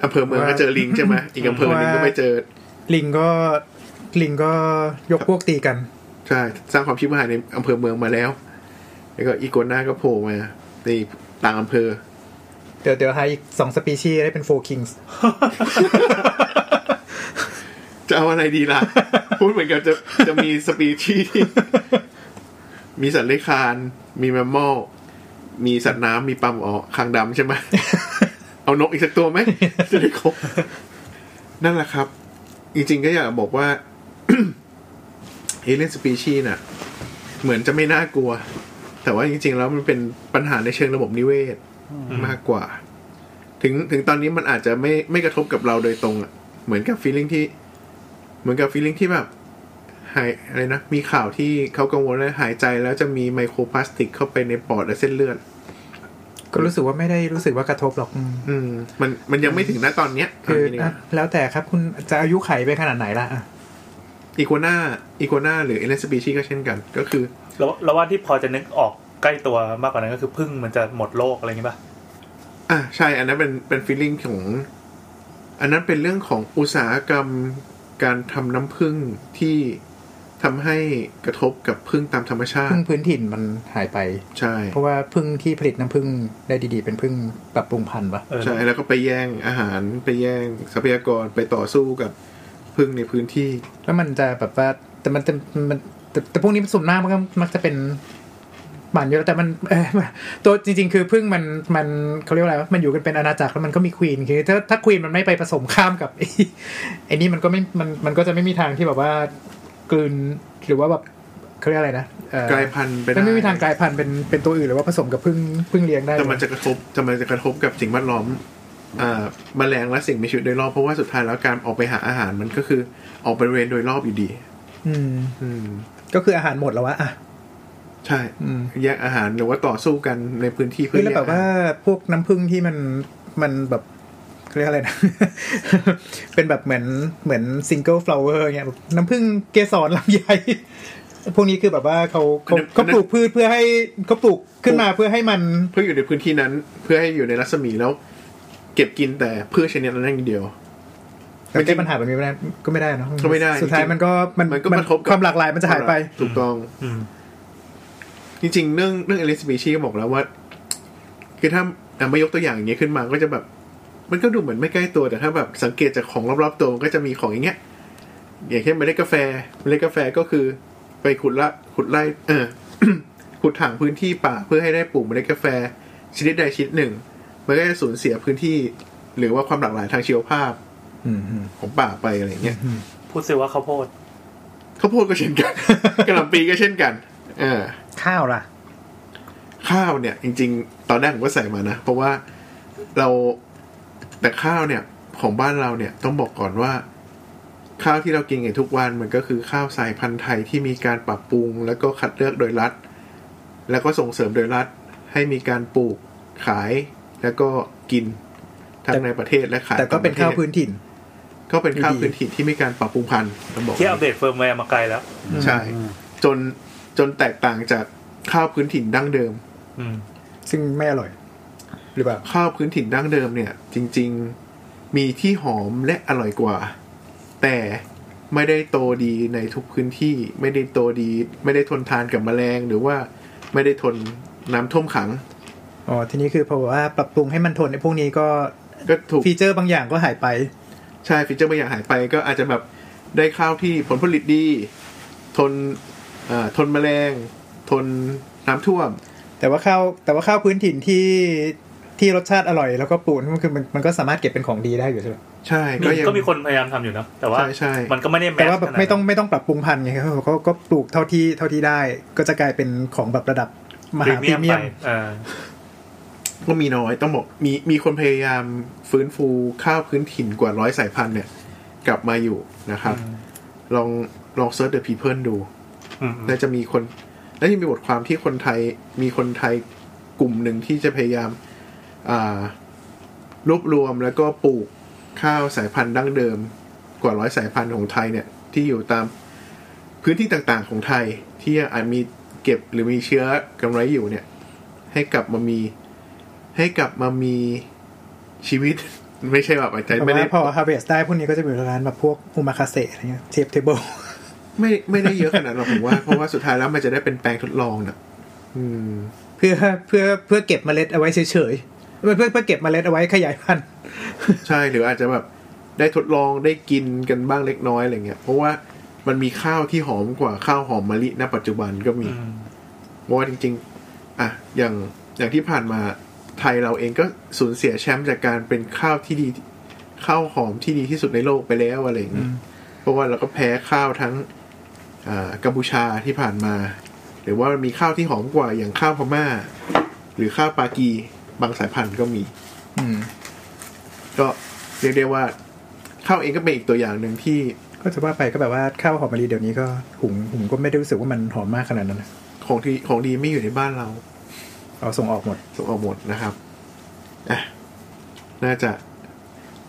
C: อำเภอเมืองก็เจอลิงใช่ไหมอีกอำเภอหนึงก็ไปเจอ
E: ลิงก็ ลิงก็ยกพวกตีกัน
C: ใช่สร้างความชิบหายในอำเภอเมืองมาแล้ว แล้วก็อีกัวน่าก็โผล่มาในต่างอำเภอ
E: เดี๋ยวเดี๋ยวหาอีกสองสปีชีส์ได้เป็นโฟคิงส์
C: จะเอาอะไรดีล่ะ พูดเหมือนกับจะจะมีสปีชีส์ที่ มีสัตว์เลื้อยคลาน มีแมมมอลมีสัตว์น้ำมีปลาหมอคางดำใช่ไหม เอานกอีกสักตัวไหมจะได้ครบนั่นแหละครับ จริงๆก็อยากบอกว่า เอเลี่ยนสปีชีส์น่ะ เหมือนจะไม่น่ากลัว แต่ว่าจริง ๆ แล้วมันเป็นปัญหาในเชิงระบบนิเวศ
D: อืม
C: มากกว่า ถึงถึงตอนนี้มันอาจจะไม่ไม่กระทบกับเราโดยตรงอะเหมือนกับฟีลลิ่งที่ เหมือนกับฟีลลิ่งที่แบบหายอะไรนะ มีข่าวที่เขากังวลว่าหายใจแล้วจะมีไมโครพลาสติกเข้าไปในปอดและเส้นเลือด
E: ก็รู้สึกว่าไม่ได้รู้สึกว่ากระทบหรอกอืม
C: อืม มันมันยังไม่ถึงณตอนเนี้ย
E: คือ
C: เาย่างนี้ดีก
E: อ่ะ
C: ว่า
E: แล้วแต่ครับคุณจะอายุไขไปขนาดไหนล่ะอ่ะ
C: อีกัวน่าอีกัวน่าหรือเอเลสปีชีก็เช่นกัน ก็คือ
D: แล้วแล้วว่าที่พอจะนึกออกใกล้ตัวมากกว่านั้นก็คือพึ่งมันจะหมดโลกอะไรอย่างงี้ป่ะ
C: อ่ะใช่ อันนั้นเป็นเป็นฟีลลิ่งของ อันนั้นเป็นเรื่องของอุตสาหกรรมการทำน้ำผึ้งที่ทำให้กระทบกับผึ้งตามธรรมชา
E: พึ่
C: ติ
E: งพื้นถิ่นมันหายไป
C: ใช่
E: เพราะว่าพึ่งที่ผลิตน้ำพึ่งได้ดีๆ เป็นพึ่งปรับปรุงพันธุ์ปะ
D: เออ
C: ใช่แล้วก็ไปแย่งอาหารไปแย่งทรัพยากรไปต่อสู้กับผึ้งในพื้นที่
E: แล้วมันจะแบบว่าแต่มันจะมันแต่แต่พวกนี้ส่วนมากมันก็มักจะเป็นหมันอยู่แล้วแต่มัน เออตัวจริง ๆ คือพึ่งมันมันเขาเรียกว่าอะไรวะมันอยู่กันเป็นอาณาจักรแล้วมันก็มีควีนคือถ้าถ้าควีนมันไม่ไปผสมข้ามกับไอ้ ไอ้นี่มันก็ไม่มันมันก็จะไม่มีทางที่แบบว่ากลืนหรือว่าแบบเขาเรียกอะไรนะเอ่อก
C: ลายพันธุ์ไป
E: มั
C: ได้
E: นไม่มีทางกลายพันธุ์เป็นเป็นตัวอื่นหรือว่าผสมกับพึ่งพึ่งเลี้ยงได้
C: แต่มันจะกระทบแต่มันจะกระทบกับสิ่งแวดล้อม อ่าแมลงและสิ่งมีชีวิตโดยรอบเพราะว่าสุดท้ายแล้วการออกไปหาอาหารมันก็คือออกไปเรียนโดยรอบอยู่ดี
E: อืม
C: อืม
E: ก็คืออาหารหมดแล้ววะอ่ะ
C: ใช่
E: อืม
C: แย่งอาหารหรือว่าต่อสู้กันในพื้นที่เพื่
E: เฮ้
C: อย
E: แล้ว
C: ย่ง
E: แบบ
C: อ
E: ว่า
C: หร
E: พวกน้ำผึ้งที่มันมันแบบเขาเรียกอะไรนะ เป็นแบบเหมือนเหมือนซิงเกิลฟลาวเวอร์เงี้ยแบบน้ำผึ้งเกสรลำไย พวกนี้คือแบบว่าเขาเขาเขาปลูกพืชเพื่อให้เขาปลูกขึ้นมาเพื่อให้มัน
C: เพื่ออยู่ในพื้นที่นั้น เพื่อให้อยู่ในรัศมีแล้ว เก็บกินแต่เพื่อชนิดนั้นอย่างเดียว
E: มันแก้ปัญหาแบบนี้ไม่ได้ก็ไม่ได้เนอะ
C: ก็ไม่ได้
E: สุดท้ายมันก็มัน
C: มันก็กระทบกับ
E: ความหลากหลายมันจะหายไป
C: ถูกต้อง
D: อืม
C: จริงๆ เรื่องเรื่องเอลิสบีชีก็บอกแล้วว่า คือถ้าอ่ะไม่ยกตัวอย่างอย่างเงี้ยขึ้นมาก็จะแบบ มันก็ดูเหมือนไม่ใกล้ตัวแต่ถ้าแบบสังเกตจากของรอบๆตัวมันก็จะมีของอย่างเงี้ย อย่างเช่นเมล็ดกาแฟเมล็ดกาแฟก็คือ ไปขุดละขุดไล่เอ อ ขุดถางพื้นที่ป่าเพื่อให้ได้ปลูกเมล็ดกาแฟ ชนิดใดชนิดหนึ่งมันก็จะสูญเสียพื้นที่ หรือว่าความหลากหลายทางชีวภาพ
E: อืมอืม
C: ของป่าไปอะไรอย่างเงี้ย
D: พูดสิว่าข้าวโพด
C: ข้าวโพดก็เช่นกัน กระหล่ำปีก็เช่นกัน เออ
E: ข้าวล่ะ
C: ข้าวเนี่ยจริง ๆ ตอนแรกผมก็ใส่มานะ เพราะว่าเราแต่ข้าวเนี่ยของบ้านเราเนี่ยต้องบอกก่อนว่า ข้าวที่เรากินกันทุกวันมันก็คือข้าวสายพันธุ์ไทยที่มีการปรับปรุง แล้วก็คัดเลือกโดยรัฐ แล้วก็ส่งเสริมโดยรัฐ ให้มีการปลูกขายแล้วก็กินทั้
E: แต่
C: งในประเทศและขาย
E: แต่ก็เป็นข้าวพื้นถิ่น
C: ก็เป็นข้าว
E: อยู่ดี
C: พื้นถิ่นที่มีการปรับปรุงพันธุ์ต้องบอก
D: ที่อัปเดตเฟิร์มแวร์มาไกลแล้ว
C: ใช่ จนจนแตกต่างจากข้าวพื้นถิ่นดั้งเดิม
D: อืม
E: ซึ่งไม่อร่อย หรือเปล่า
C: ข้าวพื้นถิ่นดั้งเดิมเนี่ย จริง ๆ มีที่หอมและอร่อยกว่า แต่ไม่ได้โตดีในทุกพื้นที่ ไม่ได้โตดี ไม่ได้ทนทานกับแมลงหรือว่าไม่ได้ทนน้ำท่วมขัง
E: อ๋อทีนี้คือพอบอกว่าปรับปรุงให้มันทนในพวกนี้ก็
C: ก็ถูก
E: ฟีเจอร์บางอย่างก็หายไป
C: ใช่ฟีเจอร์บางอย่างหายไป ก็อาจจะแบบได้ข้าวที่ผลผลิตดี ทนเอ่อทนแมลง ทนน้ำท่วม
E: แต่ว่าข้าวแต่ว่าข้าวพื้นถิ่นที่ที่รสชาติอร่อยแล้วก็ปลูกมันคือมันมันก็สามารถเก็บเป็นของดีได้อยู่ใช่ไหม
C: ใช่
D: มี
C: ก็ยัง
D: ก็มีคนพยายามทำอยู่นะ แต่ว่า
C: ใช่ใช่
D: มันก็ไม่ได้แม
E: แต่
D: ส
E: ว่าแบบ
D: ขนดนั้น
E: ไม่ต้องไม่ต้องปรับปรุงพันธุ์ไง ครับเขาก็ปลูกเท่าที่เท่าที่ได้ ก็จะกลายเป็นของแบบระดับม
D: พรี
E: หาพ
D: เมี
E: รี
D: ยม
E: เมีย
D: ไป
E: ม
D: เออ
C: ก็มีน้อยต้องบอกมีมีคนพยายามฟื้นฟูข้าวพื้นถิ่นกว่าร้อยสายพันธุ์เนี่ย กลับมาอยู่นะครับ ลองลองเซิร์ช The People ดู
D: อืม
C: แล้วจะมีคน แล้วยังมีบทความที่คนไทยมีคนไทยกลุ่มหนึ่งที่จะพยายามอ่ารวบรวมแล้วก็ปลูกข้าวสายพันธุ์ดั้งเดิม กว่าร้อยสายพันธุ์ของไทยเนี่ย ที่อยู่ตามพื้นที่ต่างๆของไทย ที่อาจมีเก็บหรือมีเชื้อกำไรอยู่เนี่ย ให้กลับมามี ให้กลับมามีชีวิต ไม่ใช่แบบอาจจะ
E: แต่
C: ไม่ได้
E: ว่าพอ harvest ได้พวกนี้ก็จะมีร้านแบบพวกอุมาคาเซอะไรเงี้ยเทปเทเบิล
C: ไม่ไม่ได้เยอะขนาดหรอกผมว่า เพราะว่าสุดท้ายแล้วมันจะได้เป็นแปลงทดลองนะอืม
E: เพื่อเพื่อเพื่อเก็บเมล็ดเอาไว้เฉยๆเพื่อเพื่อเพื่อเก็บเมล็ดเอาไว้ขยายพันธุ์
C: ใช่หรืออาจจะแบบได้ทดลองได้กินกันบ้างเล็กน้อยอะไรเงี้ยเพราะว่ามันมีข้าวที่หอมกว่าข้าวหอมมะลิณปัจจุบันก็มี
D: อืม
C: เพราะว่าจริง ๆ อ่ะอย่างอย่างที่ผ่านมาไทยเราเองก็สูญเสียแชมป์จากการเป็นข้าวที่ดีข้าวหอมที่ดีที่สุดในโลกไปแล้วอะไรอย่างเงี้ยเพราะว่าเราก็แพ้ข้าวทั้งอ่ากัมพูชาที่ผ่านมา หรือว่ามันมีข้าวที่หอมกว่าอย่างข้าวพม่า หรือข้าวปากีบางสายพันธุ์ก็มี
E: อืม
C: ก็เรียกได้ว่าข้าวเองก็เป็นอีกตัวอย่างหนึ่งที่
E: ก็จะว่าไปก็แบบว่าข้าวหอมมะลิเดี๋ยวนี้ก็หุงหุงก็ไม่ได้รู้สึกว่ามันหอมมากขนาดนั้นนะ
C: ของที่ของดีไม่อยู่ในบ้านเรา
E: เอาส่งออกหมด
C: ส่งออกหมดนะครับอ่ะน่าจะ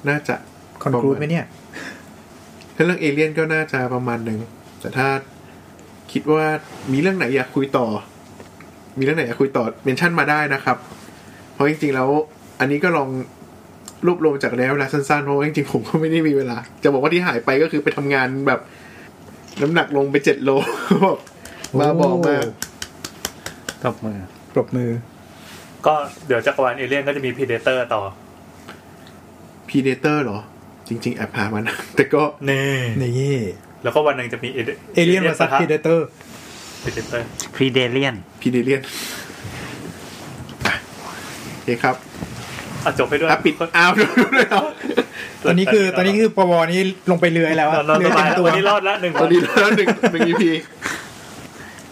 C: น่าจะ
E: คอนกรูดไหมเนี่ย
C: ถ้าเรื่องเอเลี่ยนก็น่าจะประมาณหนึ่งแต่ถ้าคิดว่ามีเรื่องไหนอยากคุยต่อ มีเรื่องไหนอยากคุยต่อเมนชั่นมาได้นะครับ เพราะจริงๆแล้ว อันนี้ก็ลองรวบรวมจากระยะเวลาสั้นๆเพราะว่าจริงๆผมก็ไม่ได้มีเวลา จะบอกว่าที่หายไปก็คือไปทำงานแบบ น้ำหนักลงไปเจ็ดโล แบบบ้าบอมาก
F: ตบมือ
E: ปรบมือ
D: ก็เดี๋ยวจักรวาลเอเลี่ยนก็จะมีพีเดเตอร์ต่อ
C: พีเดเตอร์เหรอ จริง ๆ แอบหามัน แต่ก็
D: นี่
E: นี่
D: แล้วก็วันหนึ่งจะมีเอ
E: เอเลียนมาซัดพีเดเตอร์
D: พีเดเตอร์
F: พรีเดเลียน
C: พีเดเลียนโอเคครับ
D: อ่ะจบไปด้วย
C: อ่ะปิดอ้าวดู ด้วยเหรอ
E: ตอนนี้คือตอนนี้คือปวนี่ลงไปเรือยแล้วอะ
D: เราเรา
E: เรื
D: ส
E: อย
D: บายแล้
E: เต็ม
D: ว
E: ตัว
D: วันนี้รอดละหนึ่ง
C: ตอนนี้แล้วหนึ่งหนึ่ง EP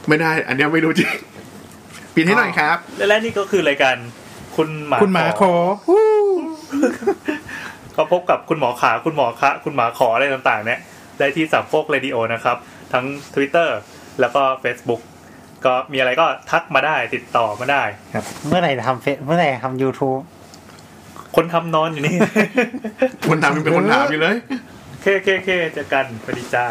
C: ไม่ได้ อันเนี้ยไม่รู้จริงปิดให้หน่อยครับ
D: และและนี่ก็คือรายการคุณหมา
E: คุณหมาขอฮู้
D: ก็พบกับคุณหมอขาคุณหมอคะคุณหมาขออะไรต่างๆ เนี่ยได้ที่สามโคกเรดิโอนะครับ ทั้ง Twitter แล้วก็ Facebook ก็มีอะไรก็ทักมาได้ติดต่อมาได้
F: เมื่อไหร่ทำเฟซเมื่อไหร่ทำ YouTube
D: คนทำนอนอยู่นี่
C: คนถามยังเป็นคนถามอยู่เลย
D: เคเคเคเจอกันสวัสดีจ้า